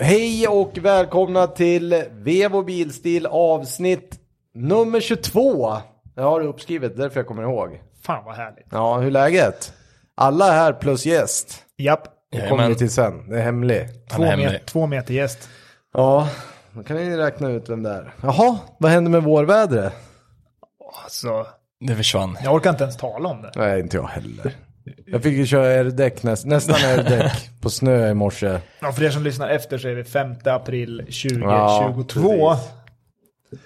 Hej och välkomna till Vevo Bilstil avsnitt nummer 22. Jag har det uppskrivet, därför jag kommer ihåg. Fan vad härligt. Ja, hur är läget? Alla är här plus gäst. Japp. Det kommer Jajamän. vi till sen, det är hemlig. Två, är me- hemlig. två meter gäst. Ja, då kan ni räkna ut vem det är. Jaha, vad händer med vårvädret? Alltså, Det försvann. jag orkar inte ens tala om det. Nej, inte jag heller. Jag fick ju köra R-däck näst, nästan R-däck på snö i morse. Ja, för er som lyssnar efter så är det 5 april 2022. Ja, precis.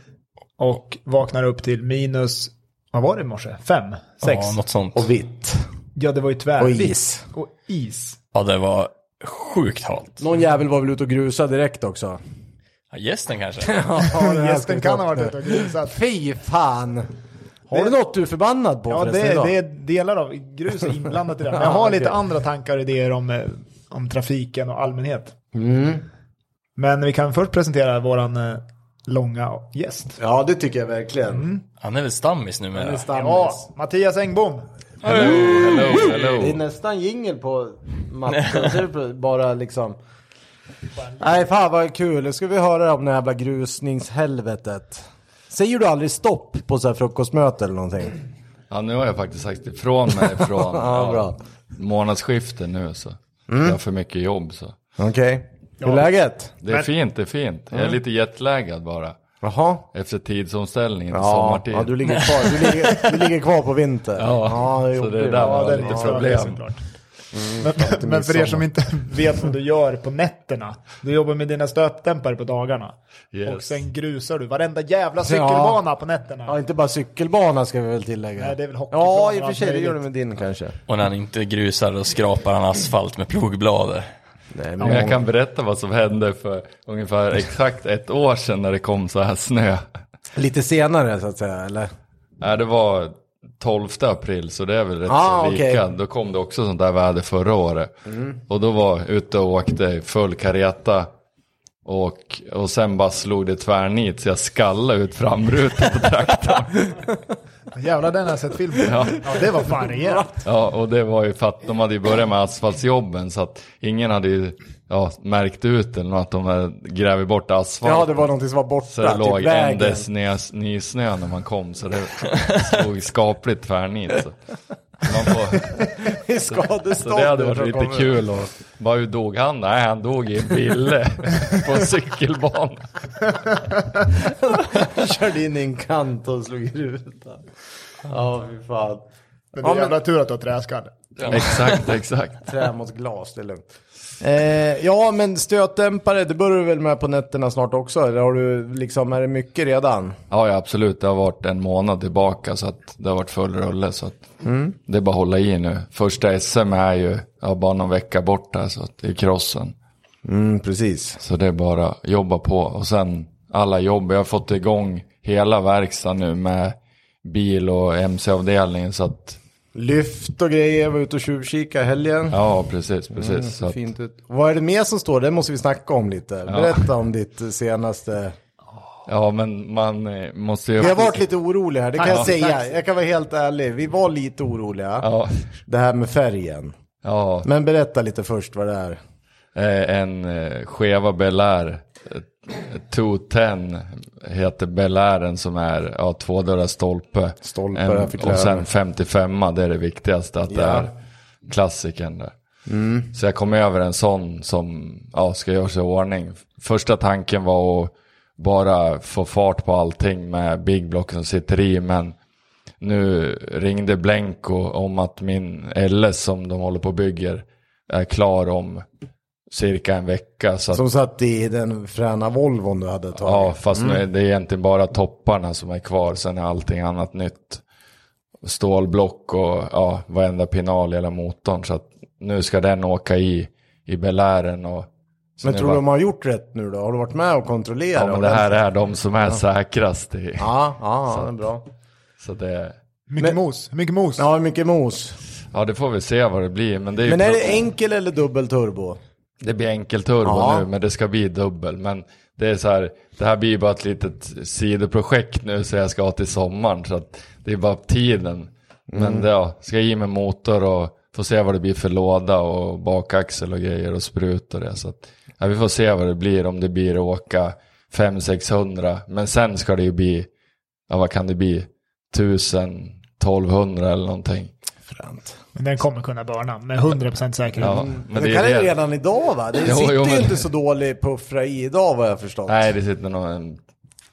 och vaknar upp till minus, vad var det i morse? 5? 6? Ja, något sånt. Och vitt. Ja, det var ju Och tvärvitt. is. Och is. Ja, det var sjukt halt. Någon jävel var väl ute och grusade direkt också. Ja, gästen kanske? Ja, det här ska vi Gästen ta kan ha upp varit nu. ute och grusat. Fy fan! Har du något du är förbannad på Ja, förresten det, idag? det är delar av grus är inblandat i det. här. Men jag har lite andra tankar och idéer om, eh, om trafiken och allmänhet. Men vi kan först presentera våran eh, långa gäst. Ja, det tycker jag verkligen. Mm. Han är väl stammis numera? Ja, Mattias Engbom. Hello, Det är hello. nästan jingel på matten. Ser du på- Bara liksom... Nej, fan vad kul. Nu ska vi höra om det jävla grusningshelvetet. Säger du aldrig stopp på så här frukostmöte eller någonting? Mm. Ja, nu har jag faktiskt sagt ifrån mig från Ja, bra. Mm. månadsskiftet nu så. Jag har för mycket jobb så. Okej. Hur är läget? Det är Men- fint, det är fint. Mm. Jag är lite jetlaggad bara. Jaha. Efter tidsomställningen till Ja, sommartid. ja, du ligger kvar. Du ligger, du ligger kvar på vinter. Ja, så jobbigt. det är där man har den lite är svår, problem. såklart. Men, men för er som inte vet vad du gör på nätterna, du jobbar med dina stötdämpare på dagarna. Yes. Och sen grusar du varenda jävla cykelbana på nätterna. Ja, inte bara cykelbana ska vi väl tillägga. Nej, det är väl hockeyplan Ja, i och och för allt sig. Det möjligt. gör du med din kanske. Och när han inte grusar och skrapar han asfalt med plogbladet. Nej, Men jag kan berätta vad som hände för ungefär exakt ett år sedan när det kom så här snö. Lite senare så att säga, eller? Nej, det var 12 april så det är väl rätt Ah, så lika. okej. Mm. Då kom det också sånt där väder förra året. Och då var jag ute och åkte i full kareta. Och, och sen bara slog det tvärnit så jag skallade ut framrutan på traktorn. Jävlar, den har jag sett film på. Ja. det var fan rejält. Ja, och det var ju för att de hade ju börjat med asfaltsjobben så att ingen hade ju ja, märkt ut eller något, att de hade grävt bort asfalt. Ja, det var någonting som var borta. Så det typ låg vägen. endes nysnö när man kom så det slog skapligt tvärnit. Så. Man får, I så skadestånd. det hade varit tror jag lite kommer. kul och bara hur dog han? Nej, han dog i en bille på en cykelbana. Körde in i en kant och slog i rutan. Ja, fy fan. Men det Ja, är men- jävla tur att du har träskalle. Exakt, exakt. Trä mot glas, det är lugnt. Eh, ja, men stötdämpare, det börjar du väl med på nätterna snart också? Eller har du liksom, är det mycket redan? Ja, ja, absolut. Det har varit en månad tillbaka så att det har varit full rulle. Så att Mm. det är bara att hålla i nu. Första SM är ju ja, bara någon vecka bort där, så att det är krossen. Mm, precis. Så det är bara att jobba på. Och sen alla jobb. Jag har fått igång hela verkstaden nu med bil och mc-avdelningen. Så att, Lyft och grejer, var ute och tjuvkika i helgen. ja, precis, precis. så att, Mm, Fint ut. Vad är det mer som står? Det måste vi snacka om lite. Berätta om ditt senaste... ja, men man eh, måste ju... Vi har varit lite oroliga här, det kan jag Tack. säga. Tack. Jag kan vara helt ärlig. Vi var lite oroliga. Ja, Det här med färgen. ja. Men berätta lite först vad det är. Eh, en eh, skeva Belair. eh, 210 heter Belairen som är ja, tvådörrars stolpe. Stolpe, En- jag fick lära och sen mig. 55 det är det viktigaste att Ja. Mm. det är klassikern där. Så jag kom över en sån som ja, ska göra sig i ordning. Första tanken var att bara få fart på allting med Big Block som sitter i men nu ringde Blenko om att min LS som de håller på och bygger är klar om cirka en vecka. Så att, Som satt i den fräna Volvon du hade ja, tagit. Mm. fast nu är det är egentligen bara topparna som är kvar, sen är allting annat nytt. Stålblock och ja, varenda pinal i hela motorn. Så att nu ska den åka i, i belären och... så Men nu tror du bara- de har gjort rätt nu då? Har du varit med och kontrollerat? Ja, men det här är de som är säkrast. I, Ja, ja, ja det är bra. så det, Mycket mos, mycket mos. Ja, mycket mos. ja, det får vi se vad det blir. Men det, är ju Men är pro- det enkel eller dubbel turbo? Det blir enkelturbo Ja. nu, men det ska bli dubbel. Men det är så här, det här blir ju bara ett litet sidoprojekt nu så jag ska Mm. ha till sommaren. Så att det är bara tiden. Men det, ja, ska ge mig motor och Får se vad det blir för låda och bakaxel och grejer och sprut och det. Så att, ja, vi får se vad det blir, om det blir att åka 500-600. Men sen ska det ju bli, ja vad kan det bli, 1000, 1200 eller någonting. Fränt. Men den kommer kunna börna med 100% säkerhet. Ja, Mm. Men det det är kan det- den redan idag va? Det Jo, sitter jo, ju men- inte så dålig puffra i idag vad jag förstått. Nej, det sitter nog en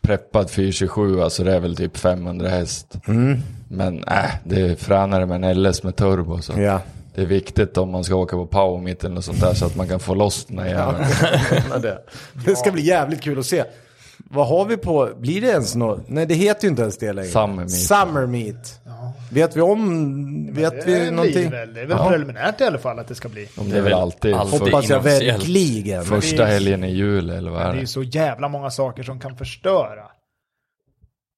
preppad 427, alltså det är väl typ 500 häst. Men äh, det är fränare med en LS med turbo. Så. Ja. Det är viktigt om man ska åka på power mitt eller något sånt där så att man kan få loss den här jäveln. Men det. det ska bli jävligt kul att se. Vad har vi på, blir det ens något? Nej det heter ju inte ens det längre. Summer meet. Summer meet. Vet vi om, vet Det vi blir någonting? Väl, det är väl preliminärt i alla fall att det ska bli. Det är väl alltid alltid för- Hoppas jag inofficiellt. verkligen. första helgen i jul eller vad är Det är ju det? så jävla många saker som kan förstöra.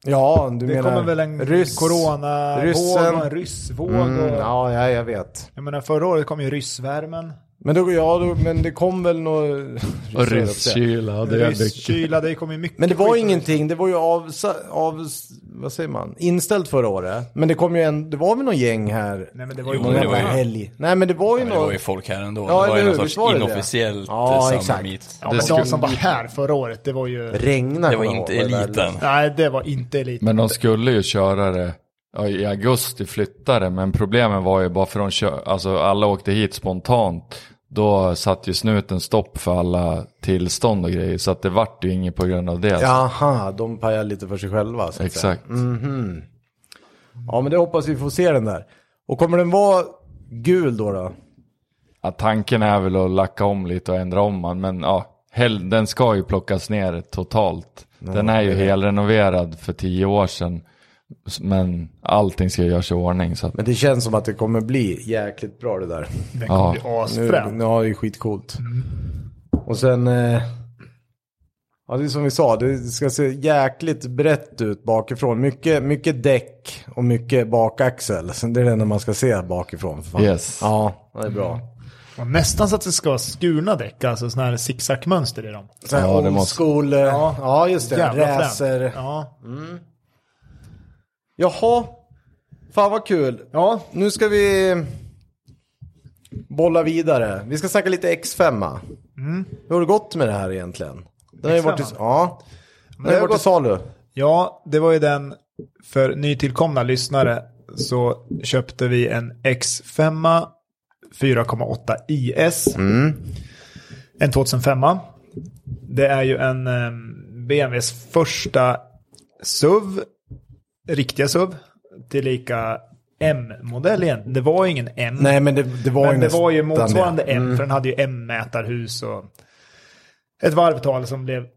Ja, du Det menar kommer väl en ryss. coronavåg ryssen. och en ryssvåg. Mm, och, ja, ja, jag vet. Jag menar förra året kom ju ryssvärmen. Men, då, ja, då, men det kom väl något... Och rysskyla, det är mycket. Rysskyla, det kom ju mycket Men det var skit. ingenting, det var ju av, av, vad säger man, inställt förra året. Men det kom ju en, det var väl någon gäng här. Nej men det var ju Jo, någon det jävla var ju- helg. Nej men det var ju Men det någon... var ju folk här ändå. Ja, det var ju eller någon hur? sorts Visst var det det? inofficiellt Ja, ja, exakt. summer meet. Ja, men skulle- de som var här förra året, det var ju... Regna Det var kommer jag inte ihåg, eller? eliten. Nej, det var inte lite. Men de skulle ju köra det ja, i augusti flyttade men problemen var ju bara för de kö- alltså alla åkte hit spontant. Då satt ju snuten stopp för alla tillstånd och grejer så att det vart ju inget på grund av det. Jaha, de pajar lite för sig själva. Så att Säga. Exakt. Ja men det hoppas vi får se den där. Och kommer den vara gul då då? Ja, tanken är väl att lacka om lite och ändra om den, men ja, hell, den ska ju plockas ner totalt. Den är ju helrenoverad för tio år sedan, s- men allting ska göras i ordning. Så att, Men det känns som att det kommer bli jäkligt bra det där. Det ja. kommer bli Nu, asfränt. nu har det ju skitcoolt. Och sen, eh, ja det är som vi sa, det ska se jäkligt brett ut bakifrån. Mycket, mycket däck och mycket bakaxel. Så det är det enda man ska se bakifrån. För fan. Yes. Ja, det är bra. Och nästan så att det ska vara skurna däck, alltså sådana här zigzagmönster i dem. Sen Ja, det old måste- school, eh, ja. just det, fränt. racer. Ja. Jaha, fan vad kul. ja, Nu ska vi bolla vidare. Vi ska snacka lite X5. Hur har det gått med det här egentligen? Den har ju varit i, X5? ja. Den har det ju har varit i gått- salu. Ja, det var ju den för nytillkomna lyssnare så köpte vi en X5 4,8 IS. En 2005. Det är ju en eh, BMWs första SUV, riktiga SUV, tillika M-modell igen. Det var ju ingen M. Nej men det, det var ju Men det var ju nästan motsvarande det. M, för den hade ju M-mätarhus och ett varvtal som blev,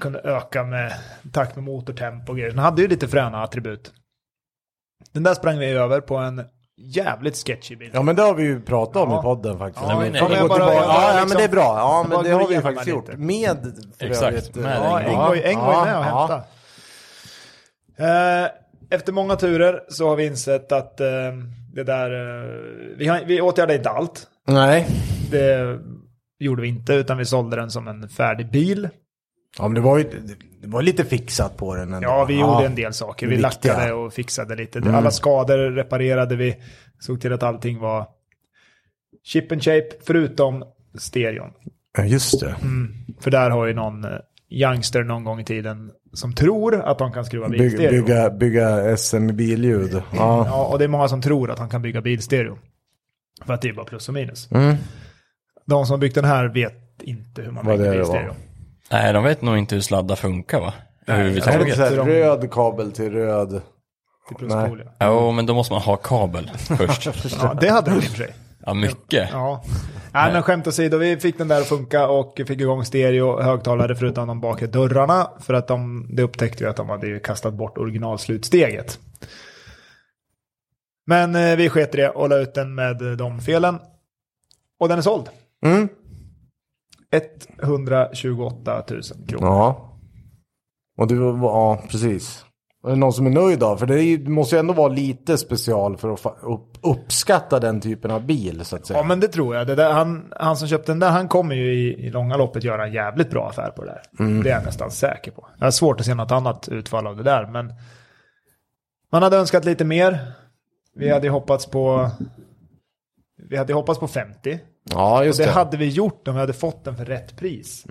kunde öka med takt med motortempo och grejer. Den hade ju lite fräna attribut. Den där sprang vi över på en jävligt sketchy bil. Ja men det har vi ju pratat om Ja. i podden faktiskt. Ja, vi men kommer jag gå bara- tillbaka. jag bara ja, ja liksom- men det är bra. Ja bara men det går har vi ju igenom faktiskt lite. gjort. Med för Exakt, övrigt, med eh, Ja, Engvall. Eng var ju, Eng var ju med och hämtade. Eh, efter många turer så har vi insett att eh, det där... Eh, vi, har, vi åtgärdade inte allt. Nej. Det gjorde vi inte, utan vi sålde den som en färdig bil. Ja men det var ju det var lite fixat på den ändå. Ja, vi gjorde en del saker. Vi Viktiga. Mm. lackade och fixade lite. Alla skador reparerade vi. Såg till att allting var chip and shape, förutom stereon. Ja just det. För där har ju någon eh, youngster någon gång i tiden som tror att de kan skruva Byg, bilstereo. bygga, bygga SM billjud. Ja. Ja, och det är många som tror att han kan bygga bilstereo. För att det är bara plus och minus. Mm. De som har byggt den här vet inte hur man Vad bygger det var. bilstereo. Nej, de vet nog inte hur sladdar funkar va? Är det inte så Överhuvudtaget. här röd kabel till röd? Till pluspol, ja. Jo, men då måste man ha kabel först. ja, det hade de i och för sig. Ja, mycket. Ja. Nej, men skämt åsido, vi fick den där att funka och fick igång stereo, högtalare förutom de bakre dörrarna. För att de, det upptäckte vi att de hade ju kastat bort originalslutsteget. Men eh, vi sket i det och la ut den med eh, de felen. Och den är såld. 128 000 kronor. Ja. Och du, ja precis. Är det någon som är nöjd då? För det är ju, det måste ju ändå vara lite special för att fa- upp, uppskatta den typen av bil så att säga. Ja men det tror jag. Det där, han, han som köpte den där, han kommer ju i, i långa loppet göra en jävligt bra affär på det där. Mm. Det är jag nästan säker på. Jag har svårt att se något annat utfall av det där. Men man hade önskat lite mer. Vi hade ju hoppats på vi hade hoppats på 50. Ja, Och just det, det. Mm. hade vi gjort om vi hade fått den för rätt pris.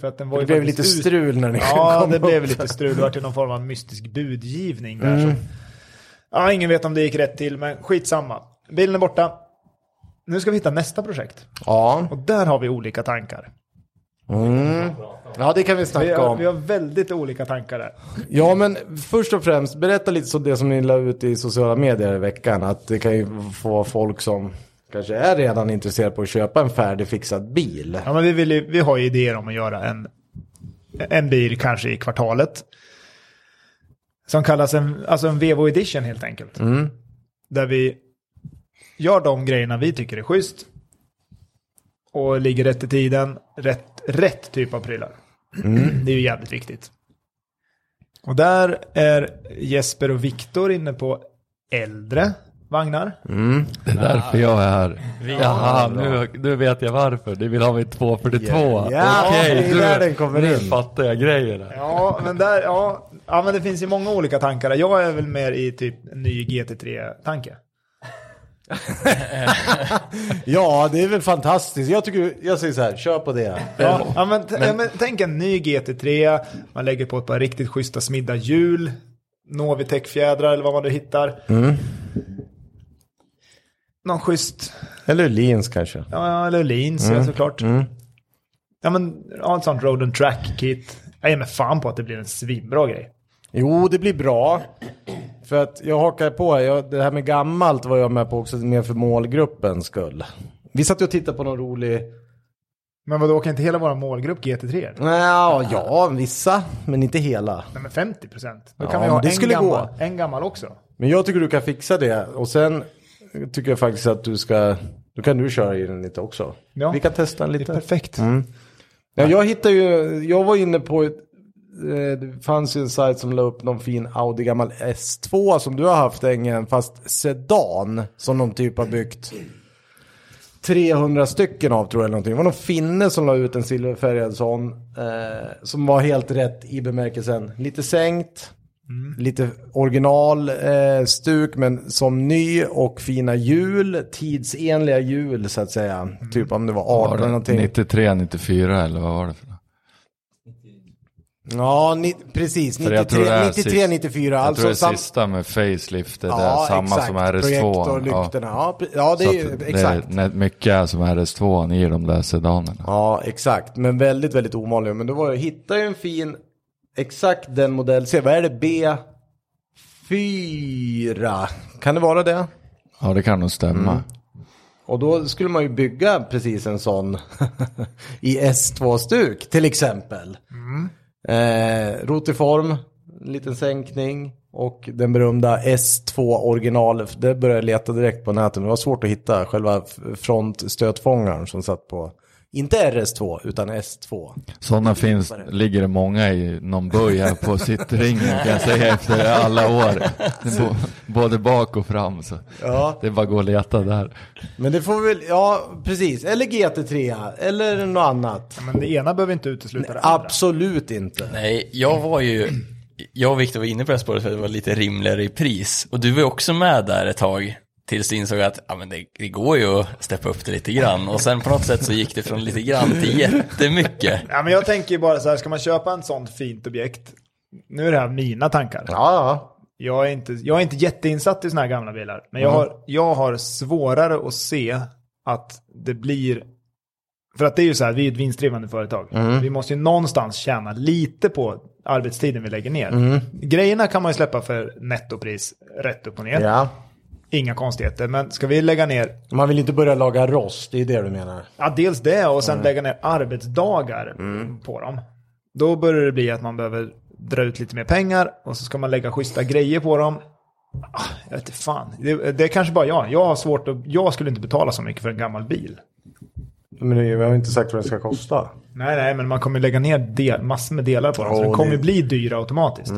För att den var det ju blev lite faktiskt ut- strul när ni Ja, kom det blev upp. Mm. lite strul. Det var till någon form av mystisk budgivning där. Som, ja, ingen vet om det gick rätt till, men skitsamma. Bilen är borta. Nu ska vi hitta nästa projekt. Ja. Och där har vi olika tankar. ja, det kan vi Vi snacka har, vi om. har väldigt olika tankar där. Ja, men först och främst, berätta lite så det som ni la ut i sociala medier i veckan. Att det kan ju få folk som kanske är redan intresserade på att köpa en färdigfixad bil. Ja, men vi, vill ju, vi har ju idéer om att göra en, en bil kanske i kvartalet. Som kallas en, alltså en Vevo Edition helt enkelt. Där vi gör de grejerna vi tycker är schysst. Och ligger rätt i tiden, rätt, rätt typ av prylar. Det är ju jävligt viktigt. Och där är Jesper och Viktor inne på äldre vagnar. Det är därför jag är här. Jaha, nu, nu vet jag varför. Du vill ha min 242. Ja, Okej, det är nu- där den kommer nu in. fattar jag grejerna. Ja, men där, ja. ja, men det finns ju många olika tankar. Jag är väl mer i typ en ny GT3-tanke. Ja, det är väl fantastiskt. Jag tycker, jag säger så här, kör på det. Ja, ja, men, t- Ja, men tänk en ny GT3, man lägger på ett par riktigt schyssta smidda hjul, Novitec-fjädrar eller vad man nu hittar. Mm. Någon schysst, Eller Lins kanske. ja, eller Lins Mm. ja, såklart. Ja, men ja, ett sånt Road and Track-kit. Jag ger mig fan på att det blir en svinbra grej. Jo, det blir bra. För att jag hakar på, jag, det här med gammalt var jag med på också, mer för målgruppens skull. Vi satt ju och tittade på någon rolig, Men vadå, åker inte hela vår målgrupp GT3? ja, ja vissa, men inte hela. Nej men 50 procent. Då Ja, kan vi men ha det en, skulle gammal, gå. en gammal också. Men jag tycker du kan fixa det. Och sen tycker jag faktiskt att du ska, då kan du köra i den lite också. Ja. Vi kan testa den lite. Perfekt. Mm. Ja, jag hittade ju, jag var inne på ett, eh, det fanns ju en sajt som la upp någon fin Audi gammal S2 som du har haft Engen, fast sedan som de typ har byggt 300 stycken av tror jag eller någonting. Det var någon finne som la ut en silverfärgad sån eh, som var helt rätt i bemärkelsen lite sänkt. Lite original eh, stuk men som ny och fina hjul, tidsenliga hjul så att säga. Typ om det var 18 någonting. 93, 94 eller vad var det för något? Ja, ni, precis. För jag 93, tror det är 93 sist- 94. Jag tror Alltså det sam- sista med faceliftet är samma som Projektor, RS2. lyktorna. Ja, pre- ja det är Så ju att det exakt. är nä- mycket som RS2 i de där sedanerna. Ja, exakt. Men väldigt, väldigt ovanliga. Men då var jag, hittade jag en fin, exakt den modell. Se, vad är det? B4. Kan det vara det? Ja, det kan nog stämma. Och då skulle man ju bygga precis en sån i S2-stuk till exempel. Eh, rotiform, en liten sänkning och den berömda S2 original. Det började jag leta direkt på nätet men det var svårt att hitta själva f- frontstötfångaren som satt på, inte RS2 utan S2. Sådana finns, ligger det många i någon böj här på sittringen kan jag säga efter alla år. B- Både bak och fram. Så. Ja. Det är bara att gå och leta där. Men det får väl, ja precis, eller GT3 eller något annat. Men det ena behöver inte utesluta det andra. Absolut inte. Nej, jag var ju, jag och Viktor var inne på det här spåret för att det var lite rimligare i pris. Och du var ju också med där ett tag, tills du insåg att ja, men det, det går ju att steppa upp det lite grann. Och sen på något sätt så gick det från lite grann till jättemycket. Ja, men jag tänker ju bara så här, ska man köpa en sånt fint objekt? Nu är det här mina tankar. Ja, ja. Jag, är inte, jag är inte jätteinsatt i såna här gamla bilar. Men jag Mm. har, jag har svårare att se att det blir... För att det är ju så här, vi är ett vinstdrivande företag. Mm. Vi måste ju någonstans tjäna lite på arbetstiden vi lägger ner. Mm. Grejerna kan man ju släppa för nettopris rätt upp och ner. ja. Inga konstigheter. Men ska vi lägga ner Man vill inte börja laga rost, det är det du menar. Ja, dels det och sen lägga ner arbetsdagar på dem. Då börjar det bli att man behöver dra ut lite mer pengar och så ska man lägga schyssta grejer på dem. Ah, Jag vet inte fan. Det, det är kanske bara jag. Jag har svårt att... Jag skulle inte betala så mycket för en gammal bil. Men det- vi har inte sagt vad det ska kosta. Nej, nej, men man kommer lägga ner del, massor med delar på dem. så Ja, de kommer det- Mm. bli dyra automatiskt.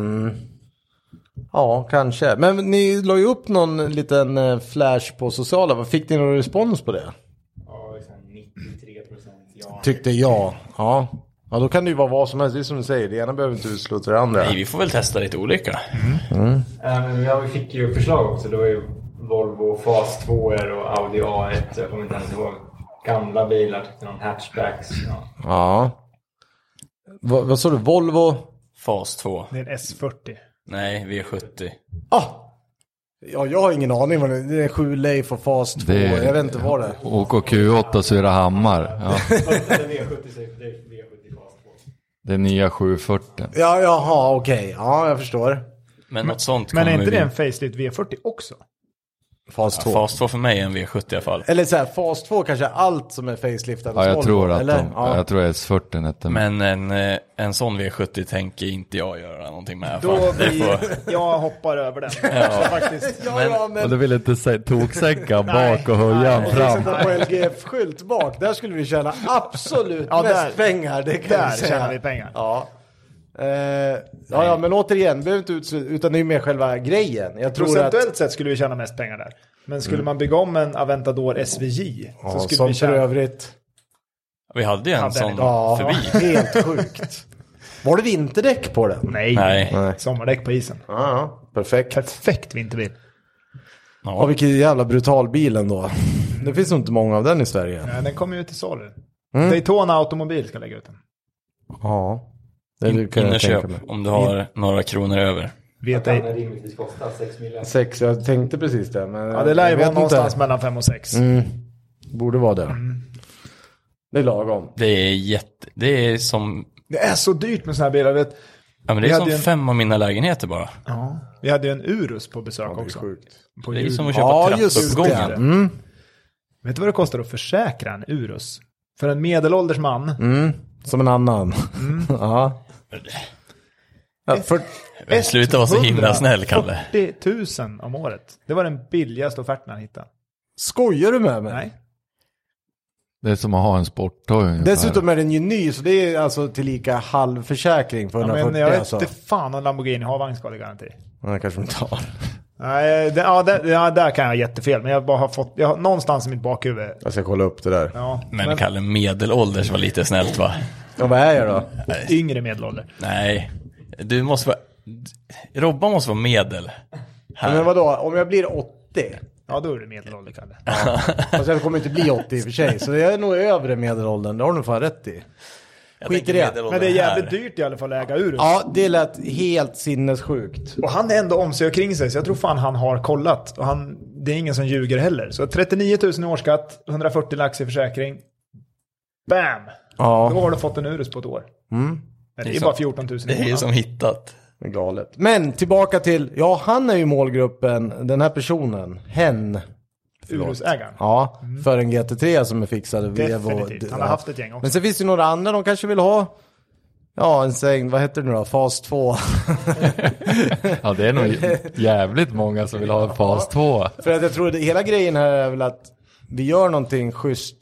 Ja, kanske. Men ni la ju upp någon liten eh, flash på sociala. Vad Fick ni någon respons på det? Tyckte jag. Ja. Ja, då kan det ju vara vad som helst. Det är som du säger, det ena behöver inte utesluta det andra. Nej, vi får väl testa lite olika. Ehm, Ja, men ja, vi fick ju förslag också. Det var ju Volvo och Fas 2 och Audi A1. Jag kommer inte ens ihåg. Gamla bilar, tyckte någon hatchbacks. Ja. Ja. Va, vad sa du? Volvo? Fas 2. Det är en S40. Nej, V70. Ah! Ja, jag har ingen aning vad det är. Det är sju Leif och Fas 2. Det är- Jag vet inte vad det är. Och Q8 Surahammar. Ja, Fast det är V70 säger det är V70 Fas 2. det är nya 740. Ja, jaha, okej. Ja, jag förstår. Men något sånt Men är kommer inte det vi- en facelift V40 också? Fas 2. Fas 2 för mig är en V70 i alla fall. Eller så här, fas 2 kanske är allt som är faceliftat. Ja, jag Volvo, tror att eller? de, Ja. jag tror S40 hette men... Men en, eh, en sån V70 tänker inte jag göra någonting med. Då fan. Det blir... får- Jag hoppar över den. Faktiskt. Ja, Men- ja, Och men... du vill inte sä- toksänka bak och höja Nej. den fram. Sätta på LGF-skylt bak. Där skulle vi tjäna absolut Ja, där- mest pengar. Det kan Där jag säga. tjänar vi pengar. Ja. Eh, ja, ja, men återigen, behöver inte utesluta, utan det är ju mer själva grejen. Jag tror att... Procentuellt sett skulle vi tjäna mest pengar där. Men skulle man bygga om en Aventador SVJ så Ja, skulle som vi för tjäna... övrigt. Vi hade ju en Hade den sån Ja, förbi. helt sjukt. Var det vinterdäck på den? Nej. Nej. Sommardäck på isen. Ja, ja. perfekt. Perfekt vinterbil. Ja, vilken jävla brutal bil ändå. Det finns nog inte många av den i Sverige. Ja, den kommer ju till salu. Daytona Automobil ska lägga ut den. Ja. Det kan jag Innerköp tänka mig. om du har några kronor över. Vet Kan ej. det rimligtvis kosta 6 miljoner? Sex, jag tänkte precis det. Men Ja, det lär ju jag vara vet inte. någonstans mellan 5 och 6. Mm. Borde vara det. Mm. Det är lagom. Det är jätte... Det är som... Det är så dyrt med sådana här bilar. Vet. Ja, men Vi det är hade som ju en- fem av mina lägenheter bara. Ja. Vi hade ju en Urus på besök också. På Det är jul. som att köpa Ja, just det. trappuppgången. Mm. Vet du vad det kostar att försäkra en Urus? För en medelålders man. Mm. Som en annan. Mm. ja. ja för, Men Sluta vara så himla snäll, Kalle. 40 000 om året. Det var den billigaste offerten han hittade. skojar du med mig? Nej. Det är som att ha en sporttoy ungefär. Dessutom är den ju ny, så det är alltså tillika halvförsäkring för Ja, 140 men jag vet alltså. inte fan om Lamborghini har vagnskadegaranti. Ja, det kanske de inte har. Nej, det, ja, det, ja, där kan jag ha jättefel. Men jag bara har fått, jag har någonstans i mitt bakhuvud. Jag ska kolla upp det där. Ja, men, Men Kalle, medelålders var lite snällt va? Ja, vad är jag då? yngre medelålder. Nej. Du måste vara... Robban måste vara medel. Ja, Men vadå, om jag blir 80? Ja, då är du medelålder Kalle. Fast jag kommer inte bli 80 i och för sig, så jag är nog övre medelåldern. Det har du nog fan rätt i. Jag skit i tänker det. medelåldern Men det är jävligt här. dyrt i alla fall att äga Urus. Ja, det lät helt sinnessjukt. Och han är ändå om sig och kring sig, så jag tror fan han har kollat. Och han, det är ingen som ljuger heller. Så 39 000 i årsskatt, 140 lax i försäkring. Bam! Då Ja, Mm. har du fått en Urus på ett år. Men det är, Det är bara så. 14 000 i Det är ju månaden. som hittat. det är galet. Men tillbaka till, ja han är ju målgruppen, den här personen, hen. Urusägaren. Ja, för en GT3 som är fixad. Vevo. Mm. Definitivt. Han har Ja. haft ett gäng också. Men sen finns det ju några andra de kanske vill ha. Ja, en säng, vad heter det nu då? Fas 2. Ja, det är nog jävligt många som vill ha en fas 2. För att jag tror att hela grejen här är väl att vi gör någonting schysst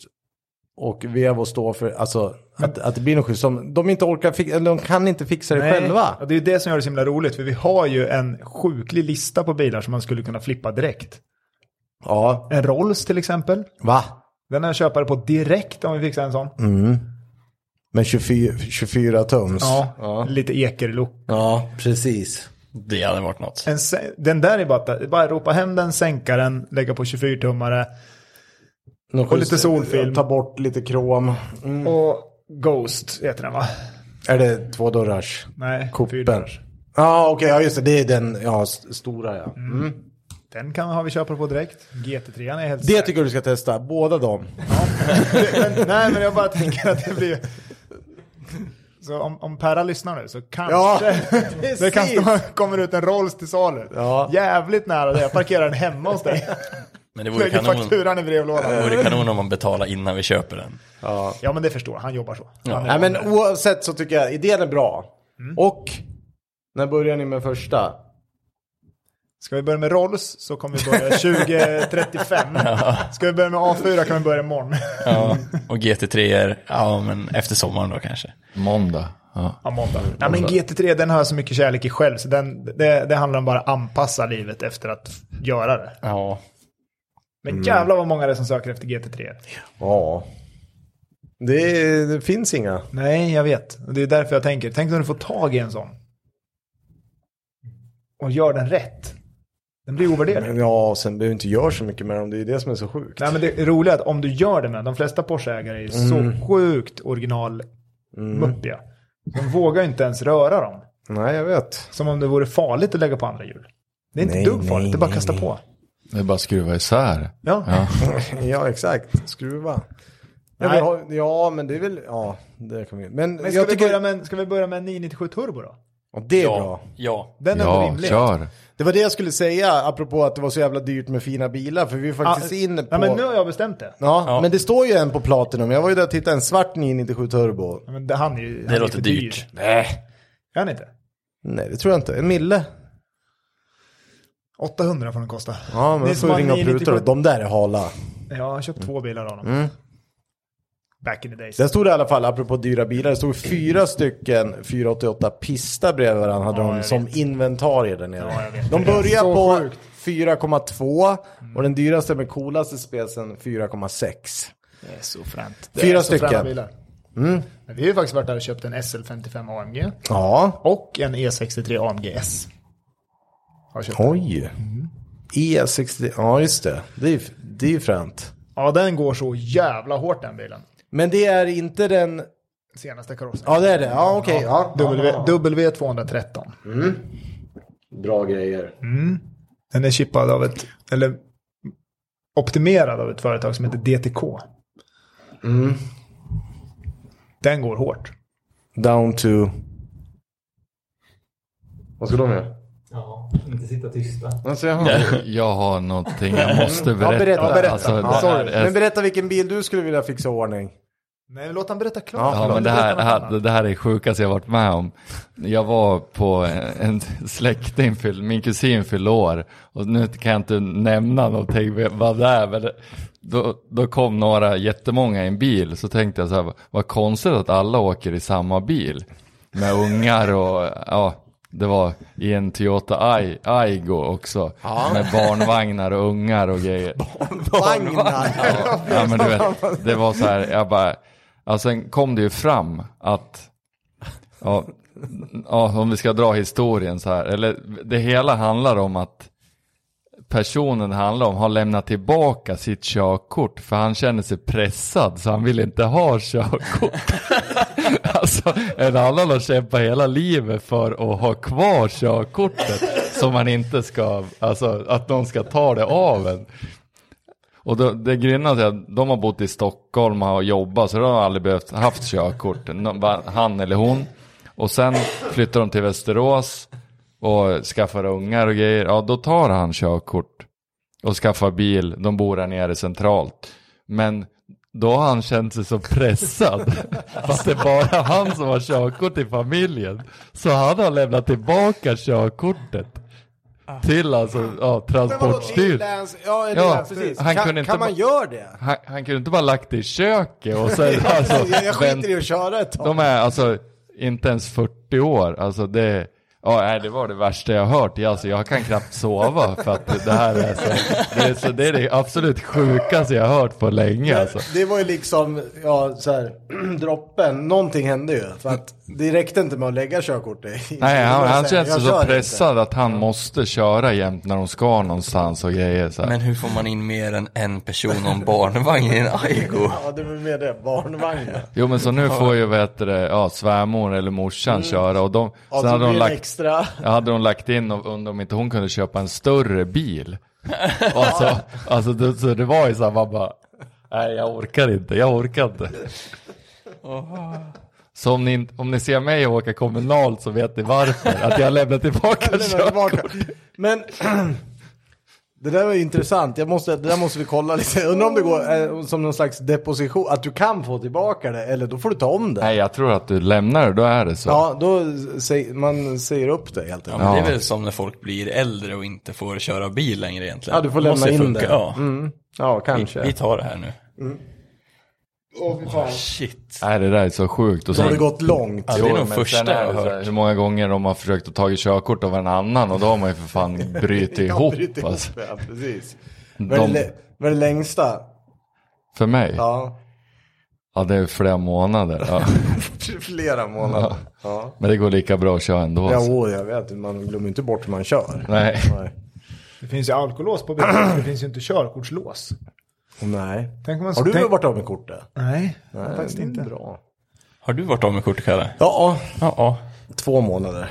och Vevo står för, alltså att, att det blir något schysst. Som, de, inte orkar fixa, eller de kan inte fixa det Nej, själva. Och det är ju det som gör det så himla roligt. För vi har ju en sjuklig lista på bilar som man skulle kunna flippa direkt. Ja, En Rolls till exempel. va? Den har jag köpare på direkt om vi fixar en sån. Mm. Men 24, 24 tums. Ja, lite ekerlook. ja, precis. Det hade varit något. En, sä- den där är bara att bara ropa hem den, sänka den, lägga på 24-tummare Något Och lite schysst. solfilm. Ta bort lite krom. och Ghost heter den va? Är det två dörrars? Nej, Coupen. fyrdörrars. Ja, okej, ja just det. Det är den ja, s- stora ja. Mm. Den kan har vi köpare på direkt. GT3 är helt Det tycker jag du ska testa, båda dem. men, Nej, men jag bara tänker att det blir... Så om, om Perra lyssnar nu så kanske Ja, det kan precis. kommer ut en Rolls till salu. Ja. Jävligt nära det. Jag parkerar den hemma hos dig. Men det vore Lägger kanon, det fakturan i brevlådan. vore kanon om man betalar innan vi köper den. Ja, men det förstår jag. Han jobbar så. Han är Nej, men oavsett så tycker jag idén är bra. Mm. Och när börjar ni med första? Ska vi börja med Rolls så kommer vi börja 2035. Ska vi börja med A4 kan vi börja imorgon. Ja. Och GT3 är, ja men efter sommaren då kanske. Måndag. Ja. Ja, måndag. Ja, men GT3 den har jag så mycket kärlek i själv så den, det, det handlar om bara att anpassa livet efter att göra det. Ja. Men jävlar vad många det är som söker efter GT3. Ja. Det, det finns inga. Nej, jag vet. Och Det är därför jag tänker. Tänk om du får tag i en sån. Och gör den rätt. Den blir ovärderlig. Men ja, sen behöver du inte göra så mycket med dem. Det är ju det som är så sjukt. Nej, men det roliga är att om du gör det med de flesta Porsche-ägare är ju Mm. så sjukt originalmuppiga. De vågar ju inte ens röra dem. Nej, jag vet. Som om det vore farligt att lägga på andra hjul. Det är inte Nej, ett dugg farligt, nej, det är bara att nej, kasta nej. på. Det är bara att skruva isär. Ja. Ja, exakt. Skruva. Ja, Nej. men, har- ja, men det är väl... Ja, det kan vi... Men, Men ska, jag vi tycker... börja med, en- ska vi börja med en 997 Turbo då? Ja, det är Ja, bra. ja. Den är ändå Ja, rimlig. kör. Det var det jag skulle säga, apropå att det var så jävla dyrt med fina bilar. För vi är Ja, eh, faktiskt inne på... ja, men nu har jag bestämt det. Ja, Ja. men det står ju en på Platinum. Jag var ju där och tittade, en svart 997 Turbo. Ja, Men det, han är ju, han Det är låter för dyrt. Är han inte? Nej, det tror jag inte. En mille. 800 får den kosta. Ja, men då Det är Mm. som får vi ringa och en 997. pruta. De där är hala. Ja, jag har köpt två bilar av honom. Back in the days. Sen stod det i alla fall, apropå dyra bilar, det stod fyra stycken 488 Pista bredvid varandra, hade Ja, de jag som inventarier där nere. Ja, jag vet. de Det är börjar så på sjukt. 4,2 och den dyraste med coolaste specen 4,6. Det är så fränt. Fyra Det är så stycken. fräna bilar. Mm. Men vi har ju faktiskt varit där och köpt en SL55 AMG Ja, och en E E63 AMG S. Har jag köpt. oj. E60, ja just det. Det är ju det är ju fränt. Ja, den går så jävla hårt den bilen. Men det är inte den... Senaste karossen. Ja det är det, ja okej. Ja. W, W213. Bra grejer. Mm. Den är chippad av ett, eller optimerad av ett företag som heter DTK. Mm. Den går hårt. Down to... Vad ska de göra? Ja, inte sitta tysta. Alltså, jag har... Jag har någonting jag måste berätta. Ja, berätta. Ja, berätta. Alltså, ja, det här sorry. är- Men berätta vilken bil du skulle vilja fixa i ordning. Nej, låt han berätta klart. Ja, Ja, Låt men det han här, berätta det, något här, annat. det här är det sjukaste jag varit med om. Jag var på en släkting, fyll- min kusin fyllde år. Och nu kan jag inte nämna någonting vad det är. Men det- då, då kom några, jättemånga i en bil. Så tänkte jag så här, vad konstigt att alla åker i samma bil. Med ungar och, ja, det var i en Toyota Ai- Aigo också. Med barnvagnar och ungar och grejer. Vagnar. Ja men du vet, det var så här, jag bara, ja sen kom det ju fram att, ja, ja om vi ska dra historien så här, eller det hela handlar om att personen det handlar om har lämnat tillbaka sitt körkort för han känner sig pressad så han vill inte ha körkort. alltså en annan har kämpat hela livet för att ha kvar körkortet som man inte ska, alltså att någon ska ta det av en. Och då, det grymmaste är att de har bott i Stockholm och har jobbat så de har aldrig behövt haft körkort. Nå- va- Han eller hon. Och sen flyttar de till Västerås och skaffar ungar och grejer. Ja, då tar han körkort och skaffar bil. De bor här nere centralt. Men då har han känt sig så pressad. Fast det är bara han som har körkort i familjen. Så han har lämnat tillbaka körkortet. Till alltså, ja, Transportstyrelsen. Ja, eller, Ja, precis. han kan kunde inte kan man ba- göra det? Han, han kunde inte bara lagt det i köket och sen alltså, Jag, jag skiter i vänt- att köra ett tag. De är alltså inte ens 40 år. Alltså det, ja nej, det var det värsta jag hört. Jag, alltså, jag kan knappt sova för att det här är så, det är, så, det, är det absolut sjukaste jag har hört på länge alltså. Det var ju liksom, ja så här, droppen. Någonting hände ju. För att det räckte inte med att lägga körkort i. Nej, han, han Jag känns ju kör så inte. pressad att han måste köra jämt när de ska någonstans och grejer så här. Men hur får man in mer än en person och en barnvagn i en Aigo? Ja, det var med det. Barnvagn. Jo men så nu får ju vad heter det, ja, svärmor eller morsan köra och de, Mm. Ja, så sen hade blir de det lagt extra. Jag hade hon lagt in och undrat om inte hon kunde köpa en större bil. Och alltså, alltså det, så det var ju så här, man bara, nej jag orkar inte, jag orkar inte. Så om ni, inte- om ni ser mig åka kommunalt så vet ni varför, att jag lämnar tillbaka Lämna körkortet. tillbaka. Men det där var ju intressant. Jag måste, det där måste vi kolla lite. Jag Undrar om det går eh, som någon slags deposition. Att du kan få tillbaka det eller då får du ta om det. Nej jag tror att du lämnar det, då är det så. Ja, då säg, man säger upp det helt enkelt. Ja, men Det Ja. är väl som när folk blir äldre och inte får köra bil längre egentligen. Ja, du får Det måste lämna in funka. det. Mm. Ja. Ja, Mm. Vi tar det här nu. Ah, Shit. Nej det där är så sjukt. Och Då har det sen- gått långt. Ja, det är nog men sen första är det jag så har här, hört. Hur många gånger de har försökt att ta körkort av en annan och då har man ju för fan brutit ihop. bryt ihop, Alltså. ja, precis. Vad är, det, De, lä- vad är det längsta? för mig? Ja, Ja, det är flera månader. Ja. flera månader. Ja. Men det går lika bra att köra ändå. Ja, alltså. åh, jag vet. Man glömmer inte bort hur man kör. Nej. Nej. Det finns ju alkolås på bilen, det finns ju inte körkortslås. Nej. Tänk om man Har du tänk... varit av med kortet? Nej, Mm. faktiskt Eh, det är inte. Bra. Har du varit av med kortet Kalle? Ja, Ja. ja. två månader.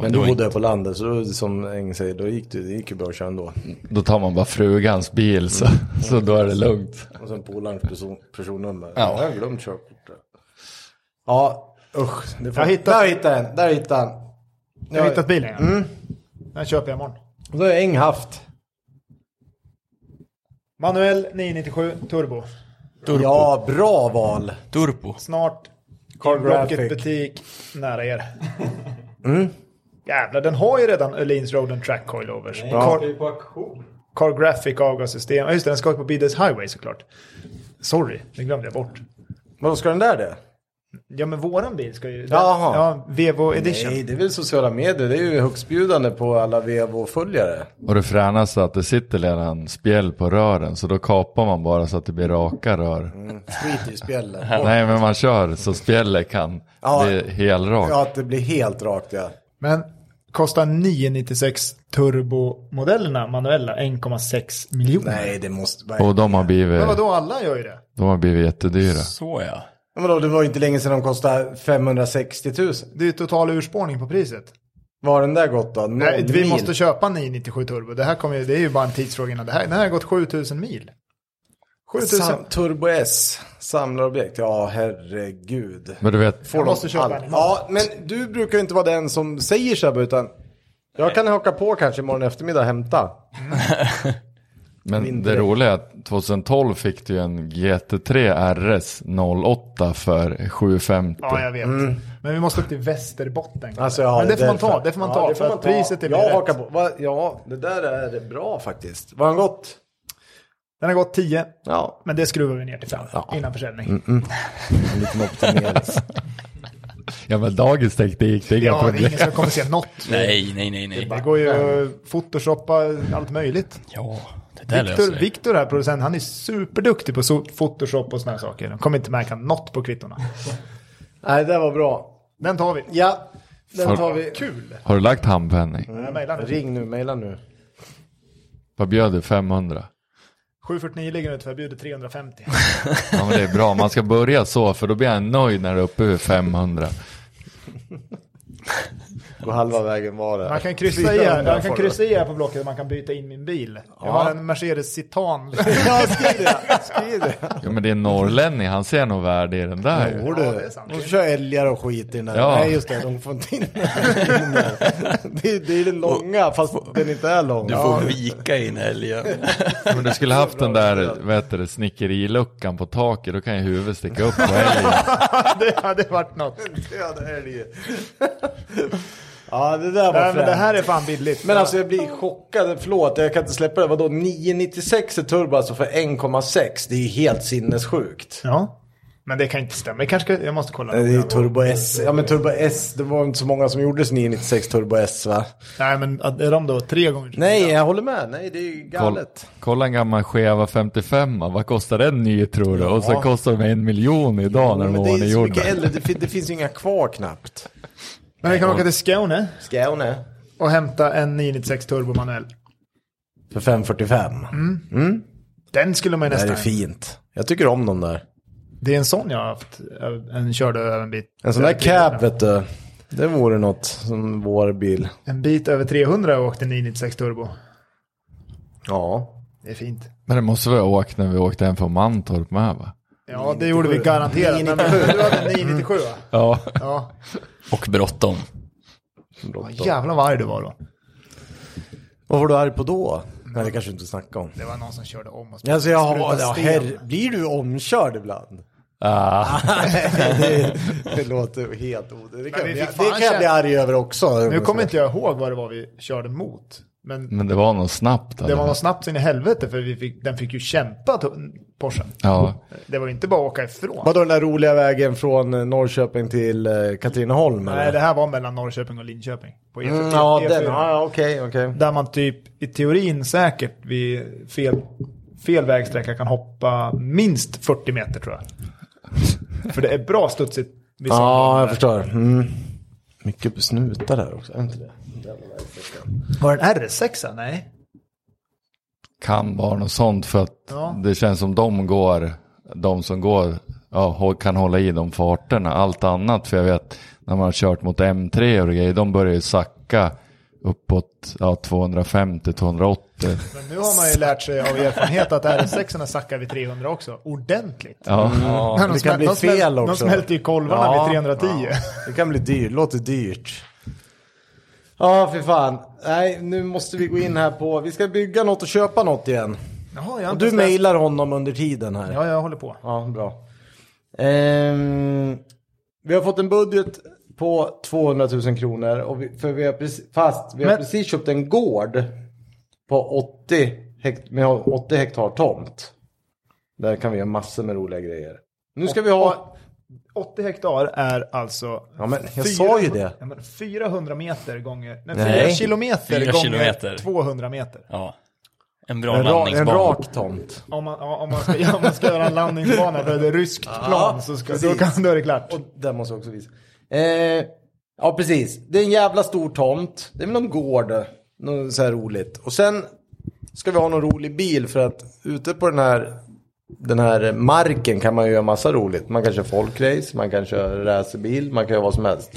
Men det då var bodde jag på landet, så då, som Eng säger, då gick det, det gick ju bra att köra ändå. Då tar man bara frugans bil så, så då är det lugnt. Och sen polarens person, personnummer. Ja. Jag har glömt körkortet. Ja, usch. Det får... Jag hittar- Där hittade jag den, där hittade han. Jag har hittat bilen. Ja. Mm. Den köper jag imorgon. Och då har Eng haft. Manuell 997 turbo. Turbo. Ja, bra val. Turbo. Snart Car Rocket Graphic. butik nära er. Mm. Jävlar, den har ju redan Öhlins Road and Track Coilovers. Ja. Car, Det är på auktion. Car Graphic avgassystem. Ja, just det, den ska ju på Biddes Highway såklart. Sorry, det glömde jag bort. Vadå, ska den där det? Ja, men våran bil ska ju... Jaha. Ja, Vevo Edition. Nej, det är väl sociala medier. Det är ju högstbjudande på alla Vevo-följare. Och det fränaste är att det sitter redan spjäll på rören så då kapar man bara så att det blir raka rör. Mm. Skit i spjällen. Nej men man kör så spjället kan Ja. bli helrakt. Ja, att det blir helt rakt ja. Men kostar 996 turbomodellerna manuella 1,6 miljoner. Nej, det måste... Och de har blivit, Men vadå, alla gör ju det. de har blivit jättedyra. Så ja. Men Vadå, det var ju inte länge sedan de kostade 560 000. Det är ju total urspårning på priset. Vad har den där gått då? Noll Nej, vi mil. måste köpa 997 turbo. Det här kommer ju, det är ju bara en tidsfråga innan det här. Den här har gått 7000 mil. 7000. Sam, Turbo S, samlarobjekt. Ja, herregud. Men du vet, Får Jag de måste köpa all- en imorgon. Ja, men du brukar ju inte vara den som säger så här, utan jag kan haka på kanske imorgon eftermiddag och hämta. men Mindre. det roliga är att 2012 fick du ju en GT3 RS 08 för 750. Ja, jag vet. Men vi måste upp till Västerbotten. Mm. Alltså, ja, Men det får man därför. ta. Det får man Ja, ta. det för att priset är jag mer hakar rätt. på. Va? Ja, det där är bra faktiskt. Var han gott? Den har gått 10. Ja, Men det skruvar vi ner till 5 innan försäljning. Mm, en liten optimism. Ja men dagens teknik, det är inga Ja, det är problem. ingen som kommer se något. Nej, nej, nej, nej. Det går ju att photoshoppa allt möjligt. Ja, det där löser Victor, vi. Victor här, producent, han är superduktig på so- Photoshop och såna här saker. Han kommer inte märka något på kvittorna. Nej, det var bra. Den tar vi. Ja, den För- tar vi. Kul! Har du lagt handpenning? Jag mejlar nu. Ring nu, mejla nu. Vad bjöd du? 500? 749 ligger nu för jag bjuder 350. Ja men det är bra, man ska börja så för då blir jag nöjd när det är uppe vid 500. Gå halva vägen var det. Man kan kryssa i här, man kan kryssa i här på blocket och man kan byta in min bil. Jag har en Mercedes Citan. Ja, skriv det. Skriv det. Ja men det är en norrlänning, han ser nog värde i den där ju. Jo, Ja, det du. är sant. De kör älgar och skit i den här. Ja. Nej, just det. De får inte in den. det, är- det är den långa, fast den inte är lång. Du får vika in helgen. Om du skulle haft den där, vad heter det, snickeriluckan på taket, då kan ju huvudet sticka upp på älgen. det hade varit något. Döda älg. ja, det där var Nej, men det fränt. här är fan billigt. Men alltså jag blir chockad, förlåt jag kan inte släppa det. Vadå 996 är turbo alltså för 1,6? Det är ju helt sinnessjukt. Ja. Men det kan inte stämma. Jag, kanske, ska- jag måste kolla. Det är ju Turbo S. Ja men Turbo S, det var inte så många som gjorde 996 Turbo S va? Nej, men är de då tre gånger? Nej, jag håller med. Nej, det är ju Kolla, galet. kolla en gammal Cheva 55, vad kostar den ny tror du? Och så kostar de en miljon idag när de Men det var är ju så gjorda. mycket äldre, det, fin- det finns ju inga kvar knappt. Men vi kan åka till Skåne Skåne. och hämta en 996 turbo manuell. För 545. Mm. Den skulle man ju Det här är nästan... fint. Jag tycker om dem där. Det är en sån jag har haft. En körde över en bit. En sån där cab vet du. Det vore något som vår bil. En bit över 300 och åkte 996 turbo. Ja. Det är fint. Men det måste vi ha åkt när vi åkte hem från Mantorp med va? Ja, det gjorde vi garanterat. Men du hade 997 va? Ja. Ja. Och bråttom. Vad Jävlar vad arg du var då. Vad var du arg på då? Nej, det kanske du inte snacka om. Det var någon som körde om oss. Alltså jag har, Spruta ja, sten. herre, blir du omkörd ibland? Ah, det, det låter helt odödligt. Det kan, Men vi jag- fick det fan kan jag bli känna- arg över också. Nu kommer inte jag ihåg vad det var vi körde mot. Men Mm. men det var nog snabbt. det eller? var något snabbt in i helvete för vi fick, den fick ju kämpa to- Porschen. Ja, Det var ju inte bara att åka ifrån. Vadå den där roliga vägen från eh, Norrköping till eh, Katrineholm? Nej, eller? det här var mellan Norrköping och Linköping. På E E4. Mm, ja, E4. den. Ja, okej, okej. Där man typ i teorin säkert vid fel, fel vägsträcka kan hoppa minst 40 meter tror jag. För det är bra studsigt. vid sådana Ja, jag där. förstår. Mm. Mycket snutar där också, är inte det? Var det en RS6? Nej. kan vara något sånt för att Ja. det känns som de går, de som går ja, hå- kan hålla i de farterna. Allt annat, för jag vet när man har kört mot M3 och grejer, de börjar ju sacka uppåt ja, 250-280. Men nu har man ju lärt sig av erfarenhet att RS6 sackar vid 300 också. Ordentligt. Ja. Mm. Ja, det kan bli fel De också. smälter ju kolvarna Ja, vid 310. ja. Det kan bli dyrt, låter dyrt. Ja, för fan. Nej, nu måste vi gå in här på, vi ska bygga något och köpa något igen. Jaha, jag Och har inte du ens läst- mejlar honom under tiden här. Ja, jag håller på. Ja, bra. Ehm, vi har fått en budget på 200 000 kronor. Och vi, för vi har precis, fast vi har Men- precis köpt en gård på 80, hekt, med 80 hektar tomt. Där kan vi göra massor med roliga grejer. Nu ska vi ha... 80 hektar är alltså... Ja, men jag fyra- sa ju det. Ja, men 400 meter gånger... Nej, Nej. 4 kilometer Fyra gånger kilometer. 200 meter. Ja. En bra En, ra, en landningsbana. rak tomt. Om man, ja, om, man ska, ja, om man ska göra en landningsbana för ett ryskt plan så ska, då, precis. kan, då är det klart. Och den måste jag också visa. Eh, ja, precis. Det är en jävla stor tomt. Det är väl någon gård. Något så här roligt. Och sen ska vi ha någon rolig bil för att ute på den här, den här marken kan man ju göra massa roligt. Man kan köra folkrace, man kan köra racerbil, man kan göra vad som helst.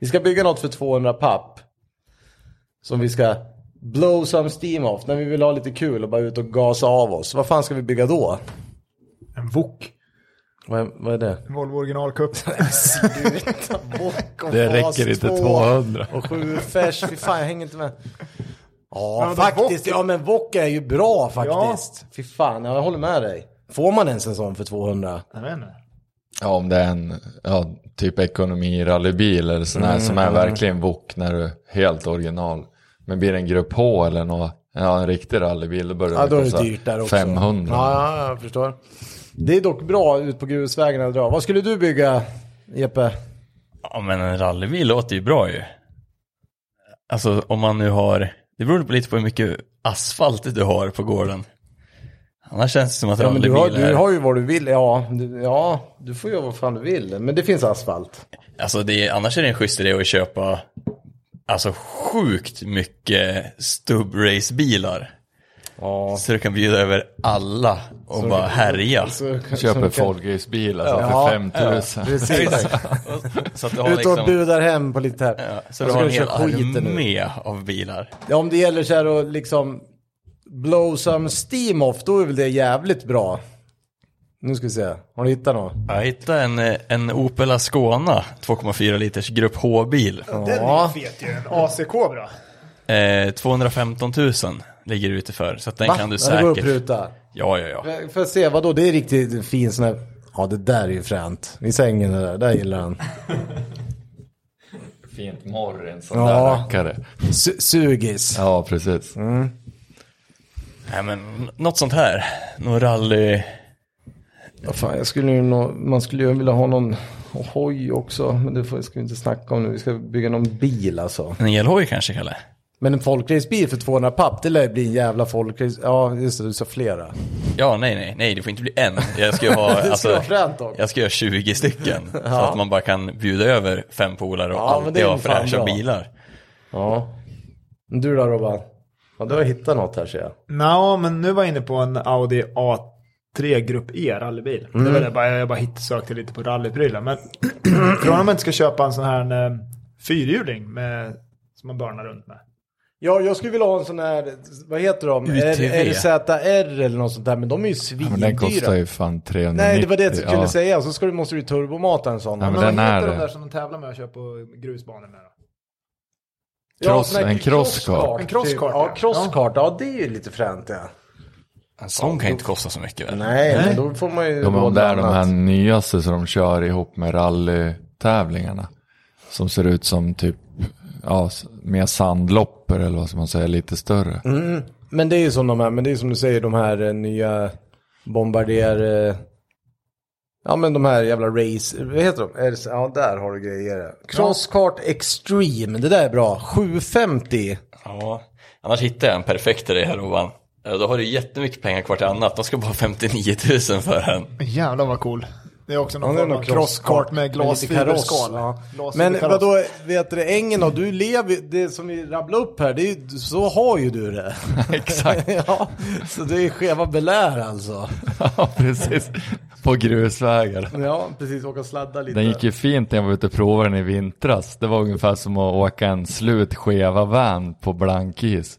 Vi ska bygga något för 200 papp. Som vi ska blow some steam off. När vi vill ha lite kul och bara ut och gasa av oss. Vad fan ska vi bygga då? En VOK. Vad är, vad är det? En Volvo Original Cup. Bock och Det fas räcker inte två 200. Och sju färs, fy fan jag hänger inte med. Ja, men faktiskt. Wok- Ja, men Wokka är ju bra faktiskt. Fy fan, ja, jag håller med dig. Får man ens en sån för 200? Jag vet inte. Ja, om det är en ja, typ ekonomirallybil eller sån här Mm. som är verkligen wok när du är helt original. Men blir det en grupp H eller något, ja, en riktig rallybil, då börjar Ja, då är det kosta dyrt där också. 500. Ja, ja, jag förstår. Det är dock bra ut på grusvägarna att dra. Vad skulle du bygga, Jeppe? Ja, men en rallybil låter ju bra ju. Alltså om man nu har, det beror på lite på hur mycket asfalt du har på gården. Annars känns det som att Ja, men du, har, rallybil är... du har ju vad du vill. Ja du, ja, du får göra vad fan du vill. Men det finns asfalt. Alltså det är, annars är det en schysst idé att köpa alltså sjukt mycket stubbracebilar. Ja. Så du kan bjuda över alla och bara härja. Så, Köper så kan- folkracebil alltså Ja, för 5000. Precis. så att du har Ut och liksom, budar hem på lite här. ja, så Och du har en Alltså, ska hel köra skiten nu. armé av bilar. Ja, om det gäller så här att liksom blow some steam off, då är väl det jävligt bra. Nu ska vi se, har ni hittat något? Jag hittade en, eh, en Opel Ascona 2,4 liters grupp H-bil. Den är ju fet ju. En AC Cobra. Eh, 215 000 ligger det ute för. Så att den kan du Ja, Det går att säkert... pruta. Ja, ja, ja. Får jag- Får jag se, vadå, det är riktigt fin sån här... Ja, det där är ju fränt. I sängen det där, där gillar han. Fint morr i en sån Ja. där rackare. Su- sugis. Ja, precis. Nej, men något sånt här. Någon rally... Ja, fan, jag skulle ju nå, man skulle ju vilja ha någon hoj också, men det får, ska vi inte snacka om nu. Vi ska bygga någon bil alltså. En elhoj kanske, Kalle? Men en folkracebil för 200 papp, det lär ju bli en jävla folkrace... Ja, just det, du sa flera. Ja, nej, nej, nej, det får inte bli en. Jag ska ju ha, Det skulle alltså, vara fränt dock. jag ska göra 20 stycken. Så att man bara kan bjuda över fem polare och Ja, men det alltid är ha ju fan fräscha bra. bilar. Ja. Men Du då Robban? Ja, du har hittat något här ser jag. Nå, men nu var jag inne på en Audi A3 Grupp E rallybil. Det Mm. var det, jag bara, jag bara hitt- sökte lite på rallyprylar. Men frågan om man inte ska köpa en sån här en, eh, fyrhjuling med, som man börnar runt med. Ja, jag skulle vilja ha en sån här, vad heter de? UTV. R- RZR eller något sånt där, men de är ju Ja, men den kostar svindyra. ju fan 390. Nej, det var det jag skulle ja. säga. Så ska du, måste du ju turbomata en sån. Ja, men Men den vad är heter de där det. som de tävlar med och kör på grusbanor med då? Cross- sån här en crosskart. typ. En crosskart, Ja, ja. crosskart. Ja, det är ju lite fränt ja. En sån kan ju inte kosta så mycket väl? Nej, men då får man ju De är råd där med de här annat. nyaste som de kör ihop med rallytävlingarna. Som ser ut som typ, ja, s- mer sandlopper eller vad ska man säga, lite större. Mm. Men det är ju som de här, men det är som du säger, de här eh, nya bombarder... eh, Ja men de här jävla race, vad heter de? RC Ja där har du grejer. Crosskart Extreme, det där är bra. 750. Ja. Annars hittar jag en perfekt till dig här Rovan. Eh, Då har du jättemycket pengar kvar till annat. De ska bara ha 59 000 för den. Jävlar vad cool. Det är också Ja, någon det är form av nog crosskart crosskart med med lite glasfiberskal. kaross, ja. Glasfiberkaross. Men vadå, vet du ängen då? Du lever det som vi rabblade upp här, det är ju, så har ju du det. Exakt. ja, så det är skeva belär alltså. Ja, precis. På grusvägar. Ja, precis, åka och sladda lite. Den gick ju fint när jag var ute och provade den i vintras. Det var ungefär som att åka en slut skeva van på blankis.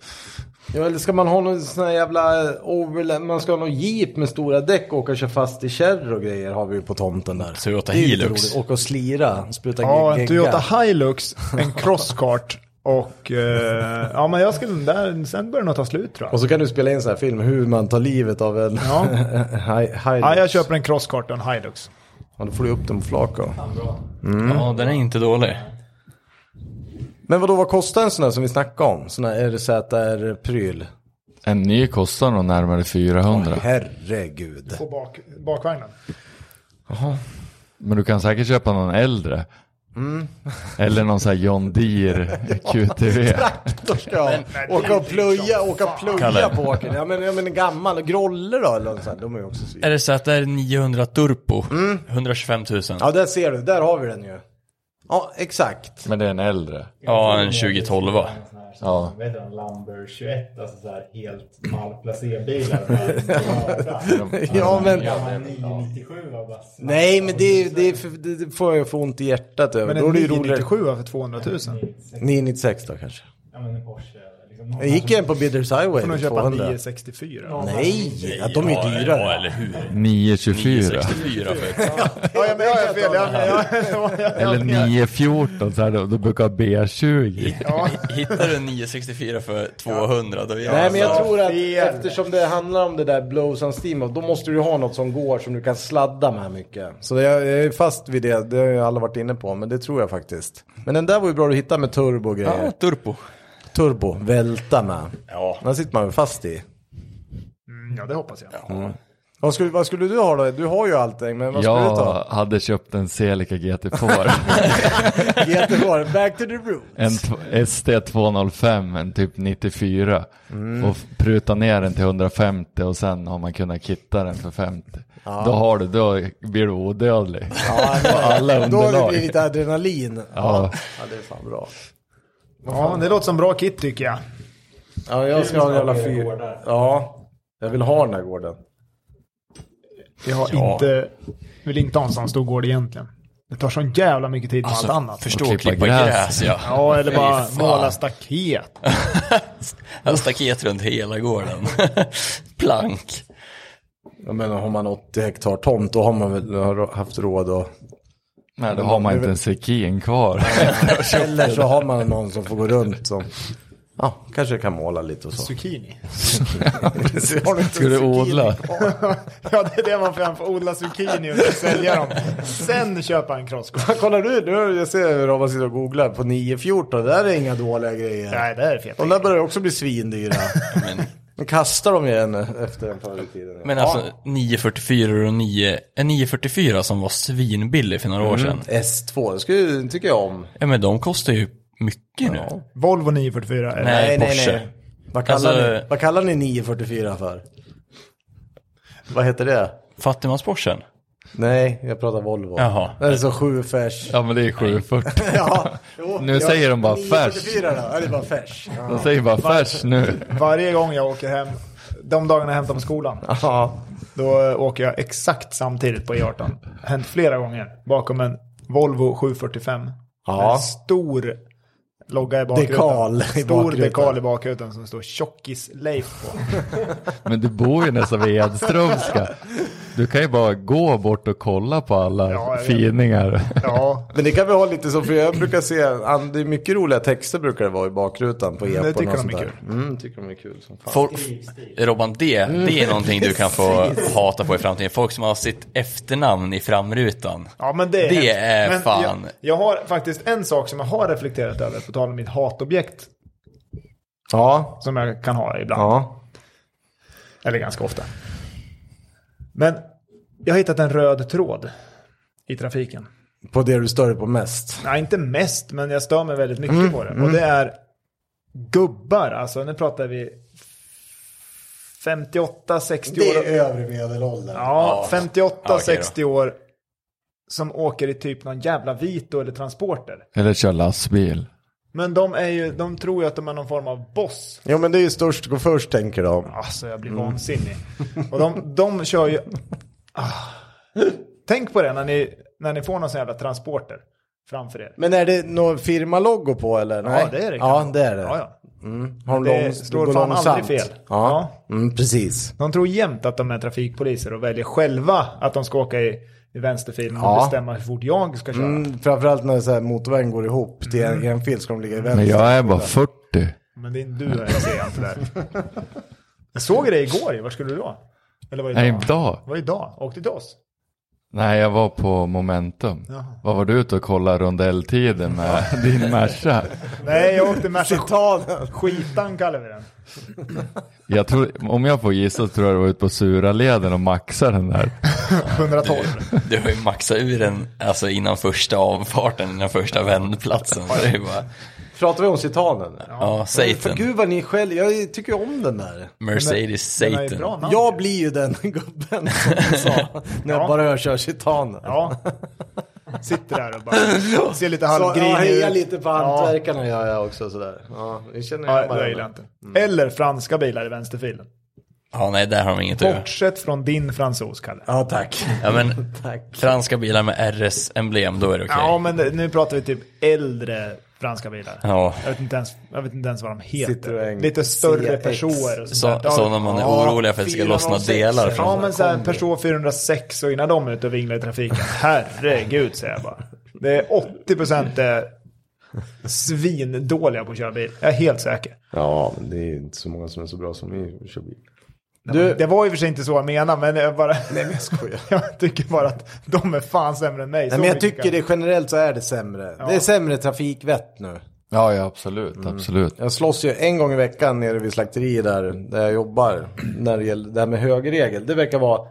Ja, eller ska man ha någon sån här jävla overland, man ska ha någon jeep med stora däck och åka och köra fast i kärror och grejer har vi ju på tomten där. Toyota Det är ju lite Hilux. roligt. Åka och slira, spruta Ja, en gegga. Toyota Hilux, en crosskart och... Eh, ja, men jag skulle... Där, sen börjar det nog ta slut tror jag. Och så kan du spela in så här film, hur man tar livet av en Ja. hi- Hilux. Ja, jag köper en crosskart och en Hilux. Ja, då får du upp den på Flaco. Ja, den är inte dålig. Men vadå, vad kostar en sån här som vi snackade om? Sån här RZR-pryl? En ny kostar nog närmare 400. Herregud. På bak, bakvagnen. Men du kan säkert köpa någon äldre. Mm. Eller någon sån här John Deere QTV. Då ska jag åka och plöja, åka och plöja Kalle. på åkern. Ja men, ja, men en gammal, Grolle då eller något sånt, de är ju också svin. Är det så att det är 900 Turbo? 125 000. Ja, där ser du, där har vi den ju. Ja, exakt. Men det är en äldre. Ja, en 2012. va? En sån här, Ja. ja. Vad heter de? Lamber 21. Alltså så här helt malplacerbilar. Bara- Ja, men... Gammal 997 var bara... Nej, men det, det, det, det får jag få ont i hjärtat över. Men Då är en det ju roligare. 997 för 200 000. Får 996 då kanske. Ja men en Porsche. Liksom, någon Jag gick en på Bidders Highway. nog köpa en 200. 964. Nej, ja, de är Ja, ju dyrare. Ja, eller hur? 924. 964 för Ja, jag, jag är fel. Jag, jag, jag, Eller 914 så här då, då brukar jag ha B20. Hittar du en 964 för 200 då är jag Nej, men jag alltså- tror att fel. eftersom det handlar om det där blows and steam, då måste du ha något som går som du kan sladda med mycket. Så det- jag jag är fast vid det, det har ju alla varit inne på, men det tror jag faktiskt. Men den där var ju bra att hitta med turbo och grejer. Ja, Turbo. Turbo, välta med. Ja. Den sitter man väl fast i. Mm, ja, det hoppas jag. Vad skulle, vad skulle du ha då? Du har ju allting, men vad skulle du Jag ta? hade köpt en Celica GT Four. Göteborg, back to the room. En t- ST205, en typ 94. Mm. Och f- pruta ner den till 150 och sen har man kunnat kitta den för 50. Då har du, då blir du odödlig. Då alla har det underlag. blivit adrenalin. Ja. ja, det är fan bra. Ja, det låter som bra kit tycker jag. Ja, jag ska ha en jävla Det är fyr. gårdar. Ja, jag vill ha den här gården. Jag har inte, vill inte ha en sån stor gård egentligen. Det tar så jävla mycket tid med Alltså, allt annat. Förstå Och klippa, klippa klippa gräs, ja. Ja, eller bara Fy fan. måla staket. ja. Staket runt hela gården. Plank. Jag menar, har man 80 hektar tomt då har man väl har haft råd och... Nej, då har man inte en sekin kvar. Eller så har man någon som får gå runt som... Ja, kanske kan måla lite och så. Zucchini. Har du inte Ska du zucchini odla? kvar? ja, det är det man får göra. Man får odla zucchini och sälja dem. Sen köpa en crosskort. Kolla du, nu, jag ser hur Robban sitter och googlar på 914. Det där är inga dåliga grejer. Nej, det här är fett. De där börjar också bli svindyra. Men, Nu kastar de igen efter en förr i tiden. men alltså 944 och 9, en 944 som var svinbillig för några Mm. år sedan. S2, det skulle, tycker jag om. Ja, men de kostar ju mycket nu. Volvo 944. eller? Nej, Porsche. Vad kallar, Alltså- ni, vad kallar ni 944 för? Vad heter det? Fattigmansporschen. Nej, jag pratar Volvo. Jaha. Det är så sju färs. Ja men det är 740. Ja, jo, Nu säger de bara 944 då? Ja, det är bara färs. De säger bara färs nu. Varje gång jag åker hem, de dagarna jag hämtar på skolan, Ja. då eh, åker jag exakt samtidigt på E18. Hänt flera gånger. Bakom en Volvo 745. Ja. En stor logga i bakrutan. Dekal i Stor bakrutan. dekal i bakrutan som står Tjockis-Leif på. Men du bor ju nästan vid Edströmska. Du kan ju bara gå bort och kolla på Ja, alla jag vet. finingar. Ja, Men det kan vi ha lite så, för jag brukar se, an- det är mycket roliga texter brukar det vara i bakrutan på det epon tycker och de sånt är där. Mm, tycker de är kul som fan. Folk, Robban, det, det är någonting du kan få hata på i framtiden. Folk som har sitt efternamn i framrutan. Ja, men det är, Det hemskt. är men fan. Jag, jag har faktiskt en sak som jag har reflekterat över, på tal om mitt hatobjekt, Ja, som jag kan ha ibland. ja. Eller ganska ofta. Men jag har hittat en röd tråd i trafiken. På det du stör dig på mest. Nej, inte mest, men jag stör mig väldigt mycket på det. Och det är gubbar, alltså nu pratar vi 58, 60 år. övre medelåldern. Ja, Ja, okej 58-60 år som åker i typ någon jävla Vito eller Transporter. Eller kör lastbil. Men de, är ju, de tror ju att de är någon form av boss. Jo men det är ju störst går först tänker de. Alltså jag blir vansinnig. Och de, de kör ju... Ah. Tänk på det när ni, när ni får någon sån jävla Transporter framför er. Men är det någon firmaloggo på eller? Nej. Ja, det är det. Ja, det är det. Ja, ja. Mm. Har Det lång, slår går fan långsamt. aldrig fel. Ja, Mm, precis. De tror jämt att de är trafikpoliser och väljer själva att de ska åka i, i vänsterfilen och Ja. bestämma hur fort jag ska köra. Mm, framförallt när så här motorvägen går ihop till en, en fil ska de ligga i vänster. Men jag är bara 40. Men det är du jag ser inte där. Jag såg dig igår ju. var skulle du då? Eller var det Nej, idag? idag. Det var idag. Åkte till oss. Nej, jag var på Momentum. Jaha. Vad var du ute och kollade rondelltiden med din Merca? Nej, jag åkte Merca Citaten. Skitan kallar vi den. Jag tror, om jag får gissa så tror jag det var ute på Suraleden och maxade den där. 112. Du har ju maxat ur den alltså innan första avfarten, innan första vändplatsen. Så det är ju bara, Pratar vi om Citanen? nu? ja, För Satan. gud vad ni skäller, jag tycker ju om den där. Mercedes Den har ju bra Satan. namn. Jag blir ju den gubben som du sa, när jag Ja. bara hör kör Citanen. Ja. Sitter där och bara ser lite Så jag halvgrinig hejar ut. lite på Ja, hantverkarna gör jag också sådär. Ja, det känner jag ja, det gillar jag inte. Mm. Eller franska bilar i vänsterfilen. Ja, nej, där har de inget att göra. Bortsett från din fransos, Kalle. Ja, tack. Ja, men tack. franska bilar med RS-emblem, då är det okej. Ja, men det- nu pratar vi typ äldre franska bilar. Ja. Jag, vet inte ens, jag vet inte ens vad de heter. Citroën Lite större CX. personer och sånt där. Så, sådana man är orolig för att det ska lossna 406. delar från. Ja, men så här, en Peugeot 406 och innan de är ute och vinglar i trafiken. Herregud, säger jag bara. Det är 80 procent eh, svindåliga på att köra bil. Jag är helt säker. Ja, men det är ju inte så många som är så bra som ni kör bil. Du... Det var ju för sig inte så jag menade, men jag bara... Nej, men jag skojar. Jag tycker bara att de är fan sämre än mig. Nej, Så men jag mycket kan- tycker det generellt så är det sämre. Det är sämre trafikvett nu. Ja, ja absolut, Mm. absolut. Jag slåss ju en gång i veckan nere vid slakteriet där, där jag jobbar. När det gäller det här med högerregel. Det verkar vara...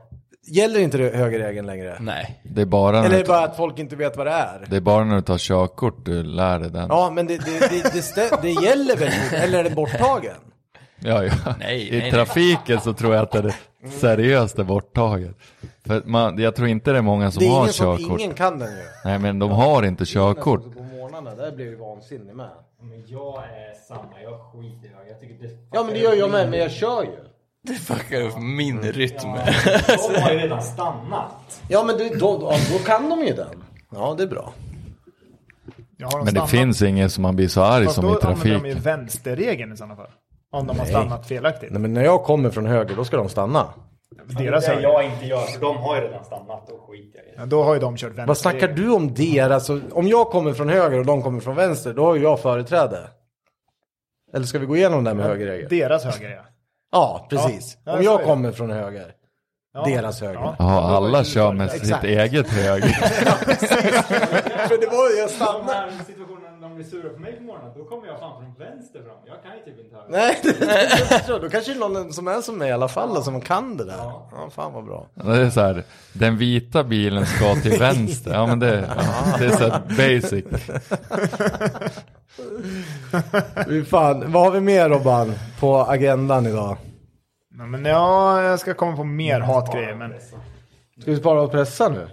Gäller inte det högerregeln längre? Nej. Det är, bara när Eller är du, det bara att folk inte vet vad det är? det är bara när du tar körkort du lär dig den. Ja, Ja, men det, det, det, det, stä- det gäller väl Eller är det borttagen? ja. Nej, I nej, nej. trafiken så tror jag att det är det seriöst är borttaget. För att man, jag tror inte det är många som Det är har ingen som... körkort. Ingen kan den ju. Alltså, Nej, men de har inte körkort. På morgnarna, där blir jag ju vansinnig med. Men jag är samma, jag skiter i höger. Jag tycker det Ja, men det gör jag med, men jag kör ju. Det fuckar upp min rytm. De har ju redan stannat. Ja, men det, då, då, då kan de ju den. Ja, det är bra. Jag har dem Men det stannat. finns inget som man blir så arg Fast som då i använder de ju trafiken. vänsterregeln i sådana fall. Om de har stannat felaktigt. Nej, men när jag kommer från höger, då ska de stanna. Deras Alltså, det är det höger. jag inte gör, för de har ju redan stannat och skiter jag i. det. Ja, då har ju de kört vänsterregeln. Vad snackar du om deras? Alltså, om jag kommer från höger och de kommer från vänster, då har ju jag företräde. Eller ska vi gå igenom det här med högerregel? Deras höger, ja. Ja, precis. Ja, Om jag jag sa ju kommer från höger. ja. Deras höger. Ja, alla kör med sitt eget höger. För det var ju, jag De här situationerna när de blir sura på mig på morgonen, då kommer jag fan från vänster fram. Jag kan ju typ inte höger. Nej, det, det, det, då kanske det är någon som är som mig i alla fall och som kan det där. Ja, fan vad bra. Det är så här, den vita bilen ska till vänster. Ja, men det, ja, det är så här basic. Fy Fan, vad har vi mer Robban på agendan idag? Nej, men ja, jag ska komma på Mm. mer hatgrejer. Men Alltså, Ska vi spara och pressa nu?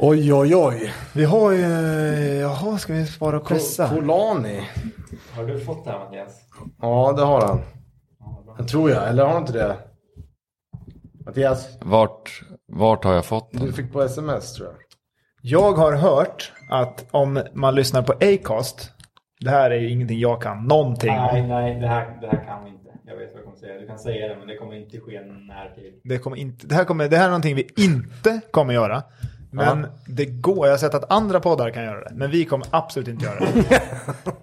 Oj, oj, oj. vi har ju... Eh, Jaha, ska vi spara och pressa? Kolani. Har du fått det här Mattias? Ja, det har han. Det tror jag, eller har han inte det? Mattias, Vart, vart har jag fått den? du fick på sms tror jag. Jag har hört att om man lyssnar på Acast. Det här är ju ingenting jag kan någonting om. Nej, nej, det här, det här kan vi inte. Jag vet vad jag kommer säga. Du kan säga det, men det kommer inte ske i närtid. Det, kommer inte, det, här kommer, det här är någonting vi inte kommer göra. Men det går. Jag har sett att andra poddar kan göra det. Men vi kommer absolut inte göra det.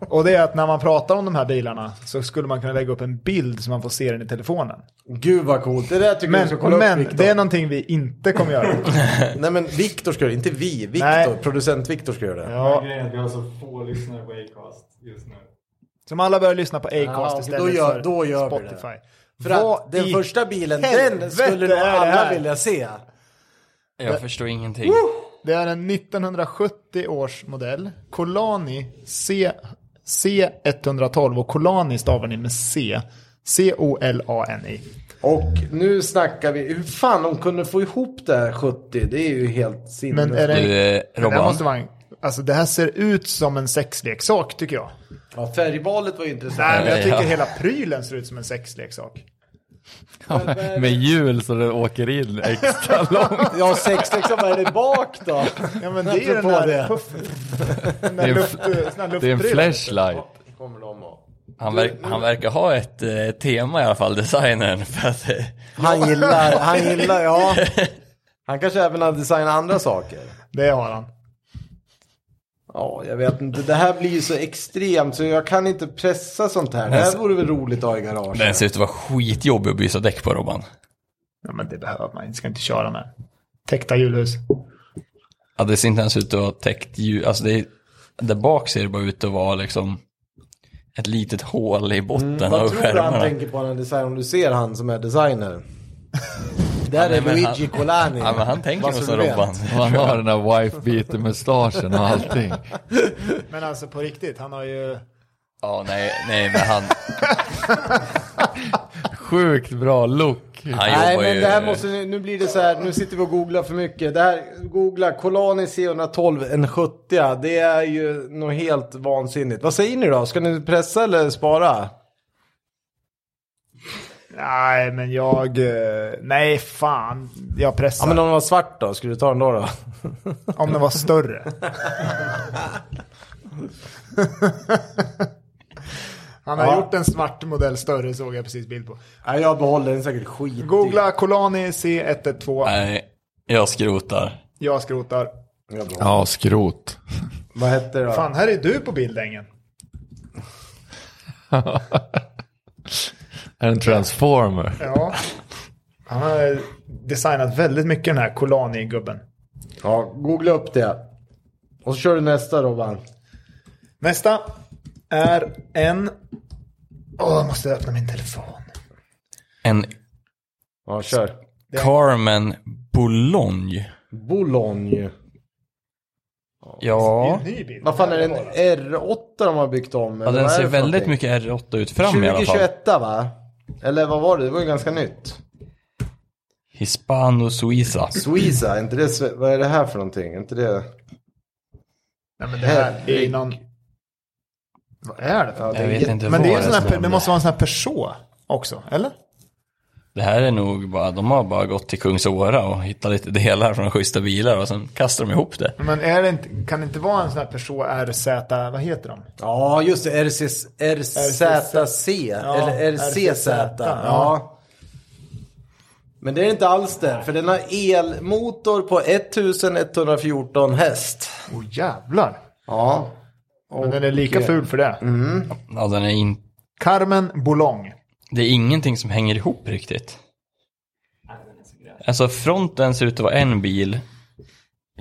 och det är att när man pratar om de här bilarna så skulle man kunna lägga upp en bild så man får se den i telefonen. Gud vad coolt, det där tycker jag du ska kolla Men, men upp Viktor. det är någonting vi inte kommer göra. Nej men Viktor ska göra det, inte vi. Viktor, Nej. producent Viktor ska göra det. Ja. Ja, Grejen är att vi har så få lyssnare på Acast just nu. som alla börjar lyssna på Ja, Acast okej, istället då gör- för då gör vi det. Spotify. För att Vad den i första bilen, den helvete skulle nog är det alla här? vilja se. Jag förstår ingenting. Det är en 1970 års modell. Colani C, C112 och Colani stavar ni med C. C-O-L-A-N-I. Och nu snackar vi, hur fan de kunde få ihop det här 70, det är ju helt sinnes. Men är det, Du, eh, det här Robban. måste vara en, Alltså det här ser ut som en sexleksak tycker jag. Ja, färgvalet var ju intressant. Nej, men jag tycker Ja. hela prylen ser ut som en sexleksak. Med hjul så det åker in extra långt. Ja, sex liksom, vad är det bak då? Ja men det är ju den Apropå där det. puffen. Den där Det är en luft, f- sån här Det är en luftpryl. flashlight. Kommer de och... Han, verk, han verkar ha ett eh, tema i alla fall, designern. För att, eh, Han gillar, han gillar, ja. Han kanske även har designat andra saker. Det har han. Ja, jag vet inte. Det här blir ju så extremt så jag kan inte pressa sånt här. Det här vore väl roligt att ha i den garaget. ser ut att vara skitjobbig att byta däck på Robban. Ja men det behöver man inte. Ska inte köra med. Täckta hjulhus. Ja, det ser inte ens ut att vara täckt ljus. Alltså det är, där bak ser det bara ut att vara liksom ett litet hål i botten av Vad tror du han skärmarna. tänker på när han designar? Om du ser han som är designer. Där är men han- Luigi Colani. Ja, men han tänker Bara nog så som du vet. Robban. Och han har den där wife beater mustaschen och allting. Men alltså på riktigt, han har ju... Ja, nej, nej, men han, Sjukt bra look. han Nej jobbar men ju... det här måste, ni- nu blir det så här, nu sitter vi och googlar för mycket. Det här, googla Colani C112, en 70 Det är ju något helt vansinnigt. Vad säger ni då? Ska ni pressa eller spara? Nej men jag... eh, Nej fan. Jag Ja pressar. men om den var svart då, skulle du ta den då? då? Om den var större. Han har Ja. gjort en svart modell större såg jag precis bild på. Nej jag behåller den säkert skit. Googla Colani C112. Nej, jag skrotar. Jag skrotar. Jag behåller. Ja, skrot. Vad hette det då? Fan, här är du på bildängen. En transformer. Ja. Han har designat väldigt mycket den här Colani-gubben. Ja, googla upp det. Och så kör du nästa Robban. Nästa är en... Åh, jag måste öppna min telefon. En Ja, kör. Carmen Boulogne. Boulogne. Det är Ja, en ny bild. Vad fan är det en R8 de har byggt om? ja eller den vad är ser det för väldigt någonting? mycket R8 ut fram i alla fall. 2021 va? Eller vad var det? Det var ju ganska nytt. Hispano Suiza. Suiza, är inte det, sve- vad är det här för någonting? Är inte det... Nej, men det här är ju någon... Vad är det för Jag vet inte Men vad det, är en sån som här, per- hände. det måste vara en sån här Peugeot också, eller? Det här är nog bara, de har bara gått till Kungsåra och hittat lite delar från schyssta bilar och sen kastar de ihop det. Men är det inte, kan det inte vara en sån här Peugeot RZ, vad heter de? Ja, just det. RCS, RZC. Ja, eller RCZ. RCZ, ja. Ja. Men det är inte alls det. För den har elmotor på 1114 häst. Åh jävlar. Ja. Men den är lika ful för det. Ja, den är in, Carmen Boulogne. det är ingenting som hänger ihop riktigt. Alltså fronten ser ut att vara en bil,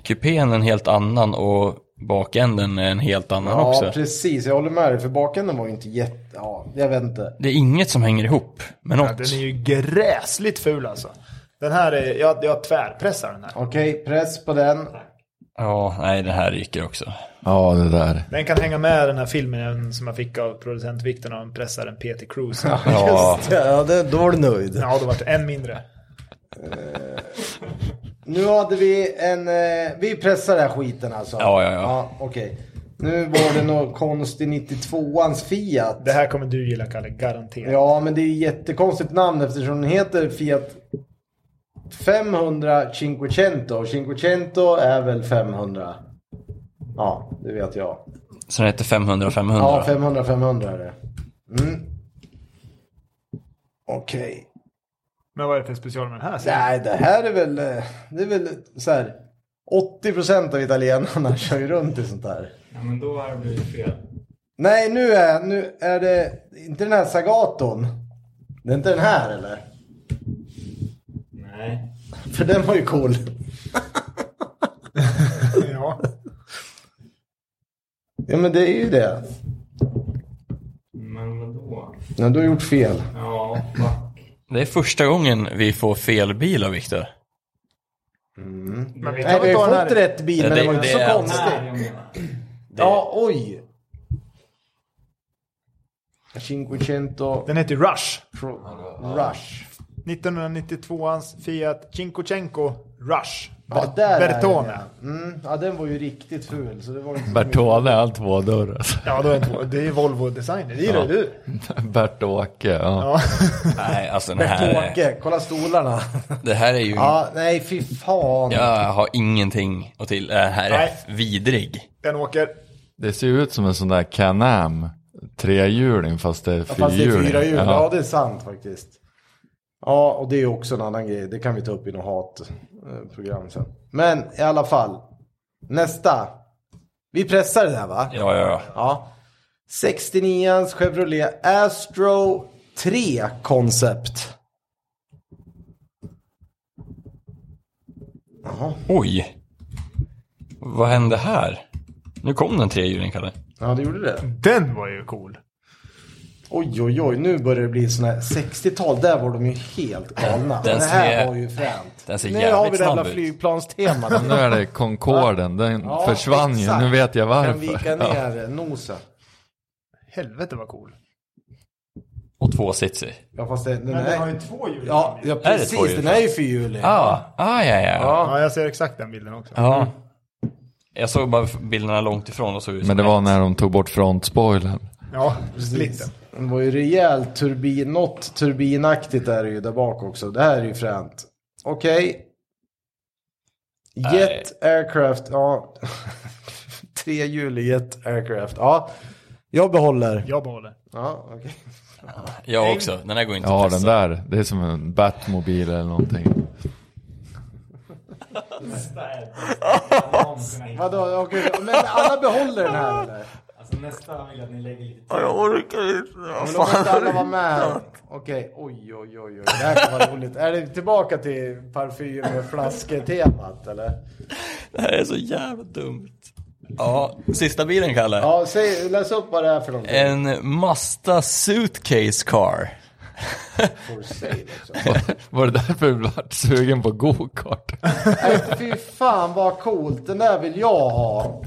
kupén en helt annan och bakänden är en helt annan Ja, också. precis. Jag håller med dig. För bakänden var ju inte jätte... Ja, jag vet inte. Det är inget som hänger ihop med något. Den är ju gräsligt ful alltså. Den här är, jag, jag tvärpressar den här. Okej, press på den. Ja, nej, det här ryker också. Ja, det där. Den kan hänga med den här filmen som jag fick av producent Victor när han pressade en Peter Cruz. Ja, Ja, det, då var du nöjd. Ja, då vart det en mindre. Nu hade vi en... Eh, vi pressar den här skiten alltså. Ja, ja, ja. Okej. Nu var det någon konstig 92ans Fiat. Det här kommer du gilla Kalle, garanterat. Ja, men det är ju jättekonstigt namn eftersom den heter Fiat 500 Cinquecento. Och Cinquecento är väl 500? Ja, det vet jag. Så den heter 500 500. Ja, 500 500 är det. Mm. Okej. Men vad är det för special med den här? Nej. Nej, det här är väl... eh, Det är väl så här... 80 av italienarna kör ju runt i sånt här. Ja, men då har det blivit fel. Nej, nu är, nu är det inte den här Sagaton. Det är inte den här eller? Nej. För den var ju cool. Ja. Ja, men det är ju det. Men vadå? Nej, du har gjort fel. Ja, fuck. Det är första gången vi får fel bil av Viktor. Men vi Nej, kan vi väl ta har den ju fått här. rätt bil, Ja, men det- det var ju det inte så är- Nej, konstigt. jag menar. Ja, oj. Cinquecento Den heter Rush. Pro Rush. 1992ans Fiat Cinquecento Rush. Ja, där är Bertone. den, ja. Mm, ja, den var ju riktigt ful. Så det var inte så Bertone, han två dörrar. Ja, då är det, två- det är Volvo-designer. Det gillar ju du. Bert-Åke, ja. Ja. Nej, alltså den mycket. här, Tåke, kolla stolarna. det här är ju, ja, nej fy fan. jag har ingenting att till, den här Nej. är vidrig. Den åker. Det ser ju ut som en sån där Can-Am. Trehjuling fast det är Ja, Fast det är fyrhjuling. fyra hjul. Ja. Ja. det är sant faktiskt. Ja, och det är ju också en annan grej. Det kan vi ta upp i något hatprogram sen. Men i alla fall. Nästa. Vi pressar det här va? Ja, ja, ja. Ja. 69ans Chevrolet Astro 3 koncept. Oj. Vad hände här? Nu kom den trehjuling, Kalle. Ja, det gjorde det. Den var ju cool. Oj, oj, oj. Nu börjar det bli sån här 60-tal. Där var de ju helt galna. Den det här ser- var ju fränt. den ser nu har vi jävligt det jävla snabb ut. flygplanstemat. Nu är det Concorden, den Ja, försvann ju. exakt. Nu vet jag Kan vika varför. Ja. ner nosen. Helvete vad cool. Och tvåsitsig. Ja, fast det, den Men den har är... ju två hjul. Ja, ja, det två precis. hjul? Den är ju fyrhjulig. Ah, ah, ja, ja. Ja. Ja, jag ser exakt den bilden också. ja. Jag såg bara bilderna långt ifrån och såg ut Men det var när de tog bort frontspoilern. Ja, splitten. Den var ju rejält turbin, något turbinaktigt är det ju där bak också. Det här är ju fränt. Okej. Jet aircraft, ja. Trehjulig jet aircraft, ja. Jag behåller. Jag behåller. Ja, okej. Jag också. Den här går inte Ja, att den pressa. där. Det är som en Batmobil eller någonting. Nästa är... Jag måste kunna hitta- Vadå, okej. Men alla behåller den här eller? Alltså nästa vill jag att ni lägger lite Ja, Jag orkar inte. Men då måste alla vara med. Okej, oj, oj, oj, oj. Det här kan vara roligt. Är det tillbaka till parfym och flasketemat eller? Det här är så jävla dumt. Ja, sista bilen, Kalle. Ja, säg, läs upp vad det är för någonting. En Mazda Suitcase Car. Får du säga det också. Var det därför du vart sugen på go-kart? Nej, fy fan vad coolt. Den där vill jag ha.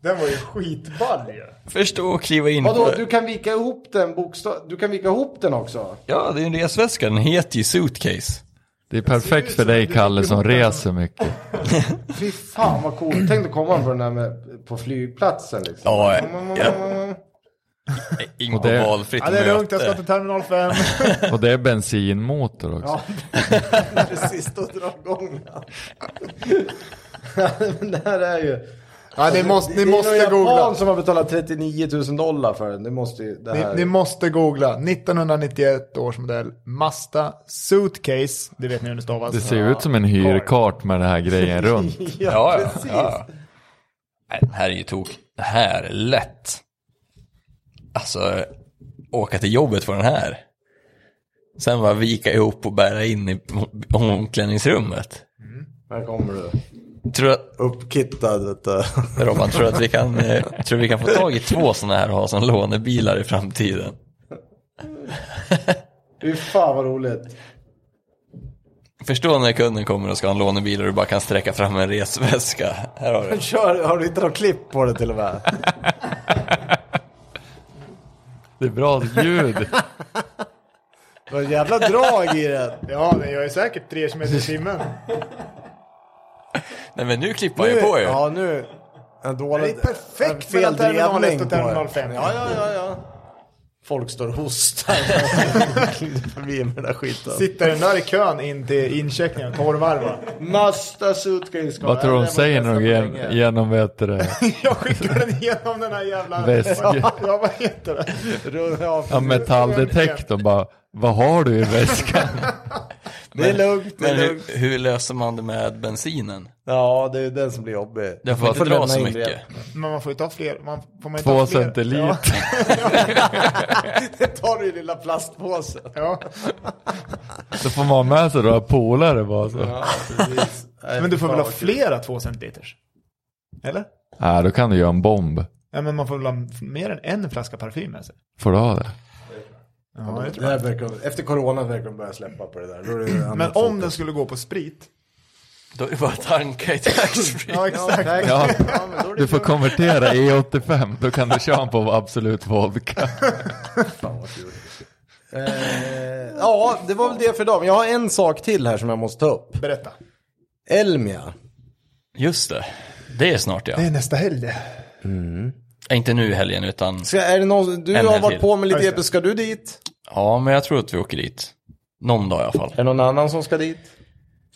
Den var ju skitball ju. Förstå att kliva in Vadå, på... du kan vika ihop den bokstav... Du kan vika ihop den också? Ja, det är en resväska. Den heter ju Suitcase. Det är perfekt för dig Kalle som reser mycket. Fy fan vad coolt. Tänk dig komma på den där med, på flygplatsen liksom. Ja, ja. Inget det- valfritt Ja, det är lugnt, jag ska möte. till terminal 5. Och det är bensinmotor också. Ja, precis. Då drar igång den. Ja, Men det här är ju... Ja, ni måste, ni måste Det är någon googla. japan som har betalat 39 000 dollar för den. Det måste ju... Det här... Ni, ni måste googla. 1991 års modell Mazda Suitcase. Det vet ni hur det stavas. Det ser ju ut som en hyrkart med den här grejen runt. Ja, ja, precis. ja. Nej, den här är ju tok. Det här är lätt. Alltså, åka till jobbet på den här. Sen bara vika ihop och bära in i omklädningsrummet. Här kommer du. Tror att, Uppkittad vet du. Robban, tror att vi kan, eh, tror vi kan få tag i två sådana här och ha som lånebilar i framtiden? Fy fan vad roligt. Förstå när kunden kommer och ska ha en lånebil och du bara kan sträcka fram en resväska. Här har du. Kör, har du inte något klipp på det till och med? Det är bra ljud. Det var ett jävla drag i den. Ja, den gör ju säkert 3 km i timmen. Nej men nu klippar jag på ju. Ja, nu. En dålig... Det är perfekt en mellan terminal feldrevning ett och på det. terminal fem. Ja, ja, ja, ja. Folk står och hostar. Glider förbi med den där skiten. Sitter den där i kön in till incheckningen, torrvarva. Masta suitcase. Vad tror du de säger när de gen- genom vet du det? Jag skickar den igenom den här jävla... Väsk. Ja, vad heter det? Ja, metalldetektorn bara. Vad har du i väskan? Det är lugnt, det Men är hur, lugnt. hur löser man det med bensinen? Ja, det är den som blir jobbig. Den får inte lämna dra så in mycket. Men man får ju ta fler. Man får man ju Två ta fler. centiliter. Det tar du i lilla plastpåsen. Ja, Då får man ha med sig några polare bara så. Ja, precis. ja. Nej, Men du får väl ha fan, flera två centiliters? Eller? Nej, Äh, då kan du göra en bomb. Ja, men man får väl ha mer än en flaska parfym med sig? Får du ha det? Ja, det Det tror jag. här verkar, efter corona verkar de börja släppa på det där. Då är det Men annat om fokus. den skulle gå på sprit, Då är det bara att tanka i taxfree. Ja, tack. exakt. Ja. Ja, men då är det Du får kul. konvertera E85, då kan du köra på Absolut Vodka. Eh, ja, det var väl det för idag. Men jag har en sak till här som jag måste ta upp. Berätta. Elmia. Just det. Det är snart ja. Det är nästa helg det. Eh, Inte nu i helgen utan, Ska, är det någon, du En har helg varit till. på med lite Just det. EP, ska du dit? ja men jag tror att vi åker dit. Någon dag i alla fall. Är det någon annan som ska dit?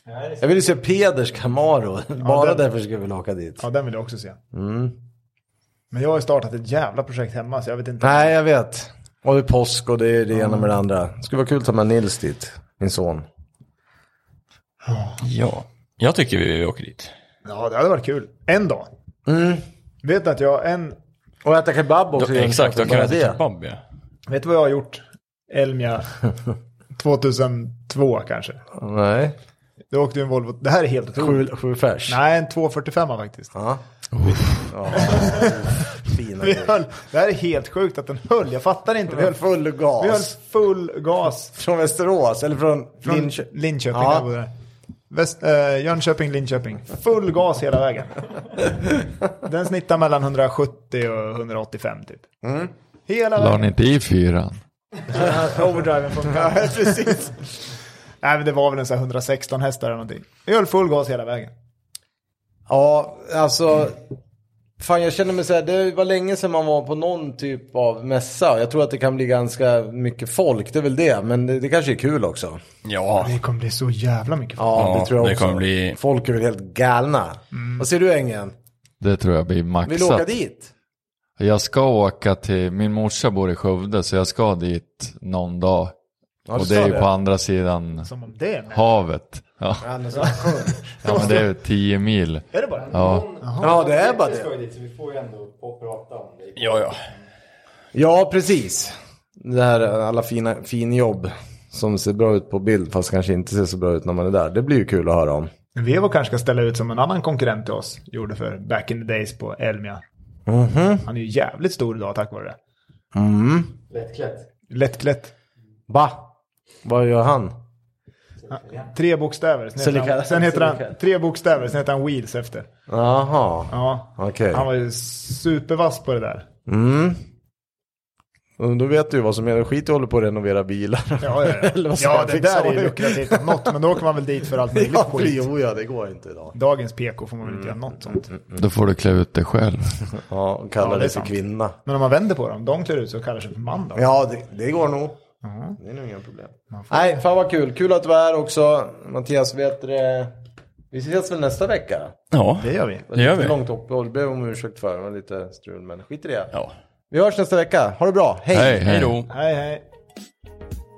Nej, Jag vill ju se Peders Camaro. Bara den- därför ska vi väl åka dit. Ja, den vill jag också se. Men jag har ju startat ett jävla projekt hemma så jag vet inte. Nej, jag vet. Och det är påsk och det är det ena med det andra. Det skulle vara kul att ta med Nils dit, min son. Ja. Jag tycker vi, vi åker dit. Ja, det hade varit kul. En dag. Vet du att jag en... Och äta kebab också. Då, Jens, exakt, då kan vi bara äta det. kebab ja. Vet du vad jag har gjort? Elmia 2002 kanske. Nej. Då åkte ju en Volvo. Det här är helt otroligt. Sju, sju färs. Nej, en 245 faktiskt. Ja. Ja, fina Vi grejer. höll, det här är helt sjukt att den höll. Jag fattar inte. Vi höll, full gas. vi höll full gas. Från Västerås, eller från, Från Linköping. Linköping. Ja. där bodde jag. Väst, eh, Jönköping, Linköping. Full gas hela vägen. Den snittar mellan 170 och 185 typ. Hela La ni vägen. inte i fyran? Overdriven funkar. Ja, precis. Nej, men det var väl en sån här 116 hästar eller någonting. Vi höll full gas hela vägen. Ja, alltså. Fan jag känner mig så här, det var länge sedan man var på någon typ av mässa. Jag tror att det kan bli ganska mycket folk, det är väl det. Men det, det kanske är kul också. Ja. Det kommer bli så jävla mycket folk. Ja, Ja, det tror jag det också. kommer bli- Folk är väl helt galna. Vad säger du Engen? Det tror jag blir Vill maxat. du åka dit? Jag ska åka till, min morsa bor i Skövde så jag ska dit någon dag. Ja, du och sa det är ju det. på andra sidan Som om det är något. havet. Ja, Annars är det skönt. ja men det är ju 10 mil. Är det bara? Ja. Ja, det är bara Vi ska det. ju dit, så vi får ju ändå på prata om det. Ja, ja. Ja, precis. Det här alla fina finjobb som ser bra ut på bild fast kanske inte ser så bra ut när man är där. Det blir ju kul att höra om. Vevo kanske ska ställa ut som en annan konkurrent till oss gjorde för back in the days på Elmia. Han är ju jävligt stor idag tack vare det. Mm. Lättklätt. Lättklätt. Va? Vad gör han? Tre bokstäver. Sen heter han, Silikon. sen heter han Silikon. tre bokstäver. Sen heter han Wheels efter. Jaha. Ja. Okej. Han var ju supervass på det där. Mm. Och Då vet du ju vad som gäller. Skit i att hålla på att renovera bilar. Ja, ja, Eller ja. vad ska ja jag det fixa? där är ju lukrativt om något. Men då åker man väl dit för allt möjligt Ja, Mm. skit. jo, ja, det går inte idag. Dagens PK får man väl inte göra något sånt. Då får du klä ut dig själv. Ja, och kalla Ja, det är det för sant. kvinna. Men om man vänder på dem. De klär ut sig och kallar sig för man då. Ja, det, det går nog. Det är nog inga problem. Nej, fan vad kul. Kul att du är här också. Mattias, vet du det? Vi ses väl nästa vecka? Ja, Det gör vi. var det gör lite vi. Långt uppehåll. Det ber om ursäkt för. Det var lite strul, men skit i det. Ja. Vi hörs nästa vecka. Ha det bra. Hej! Hej, Hej hej. då. Hej hej.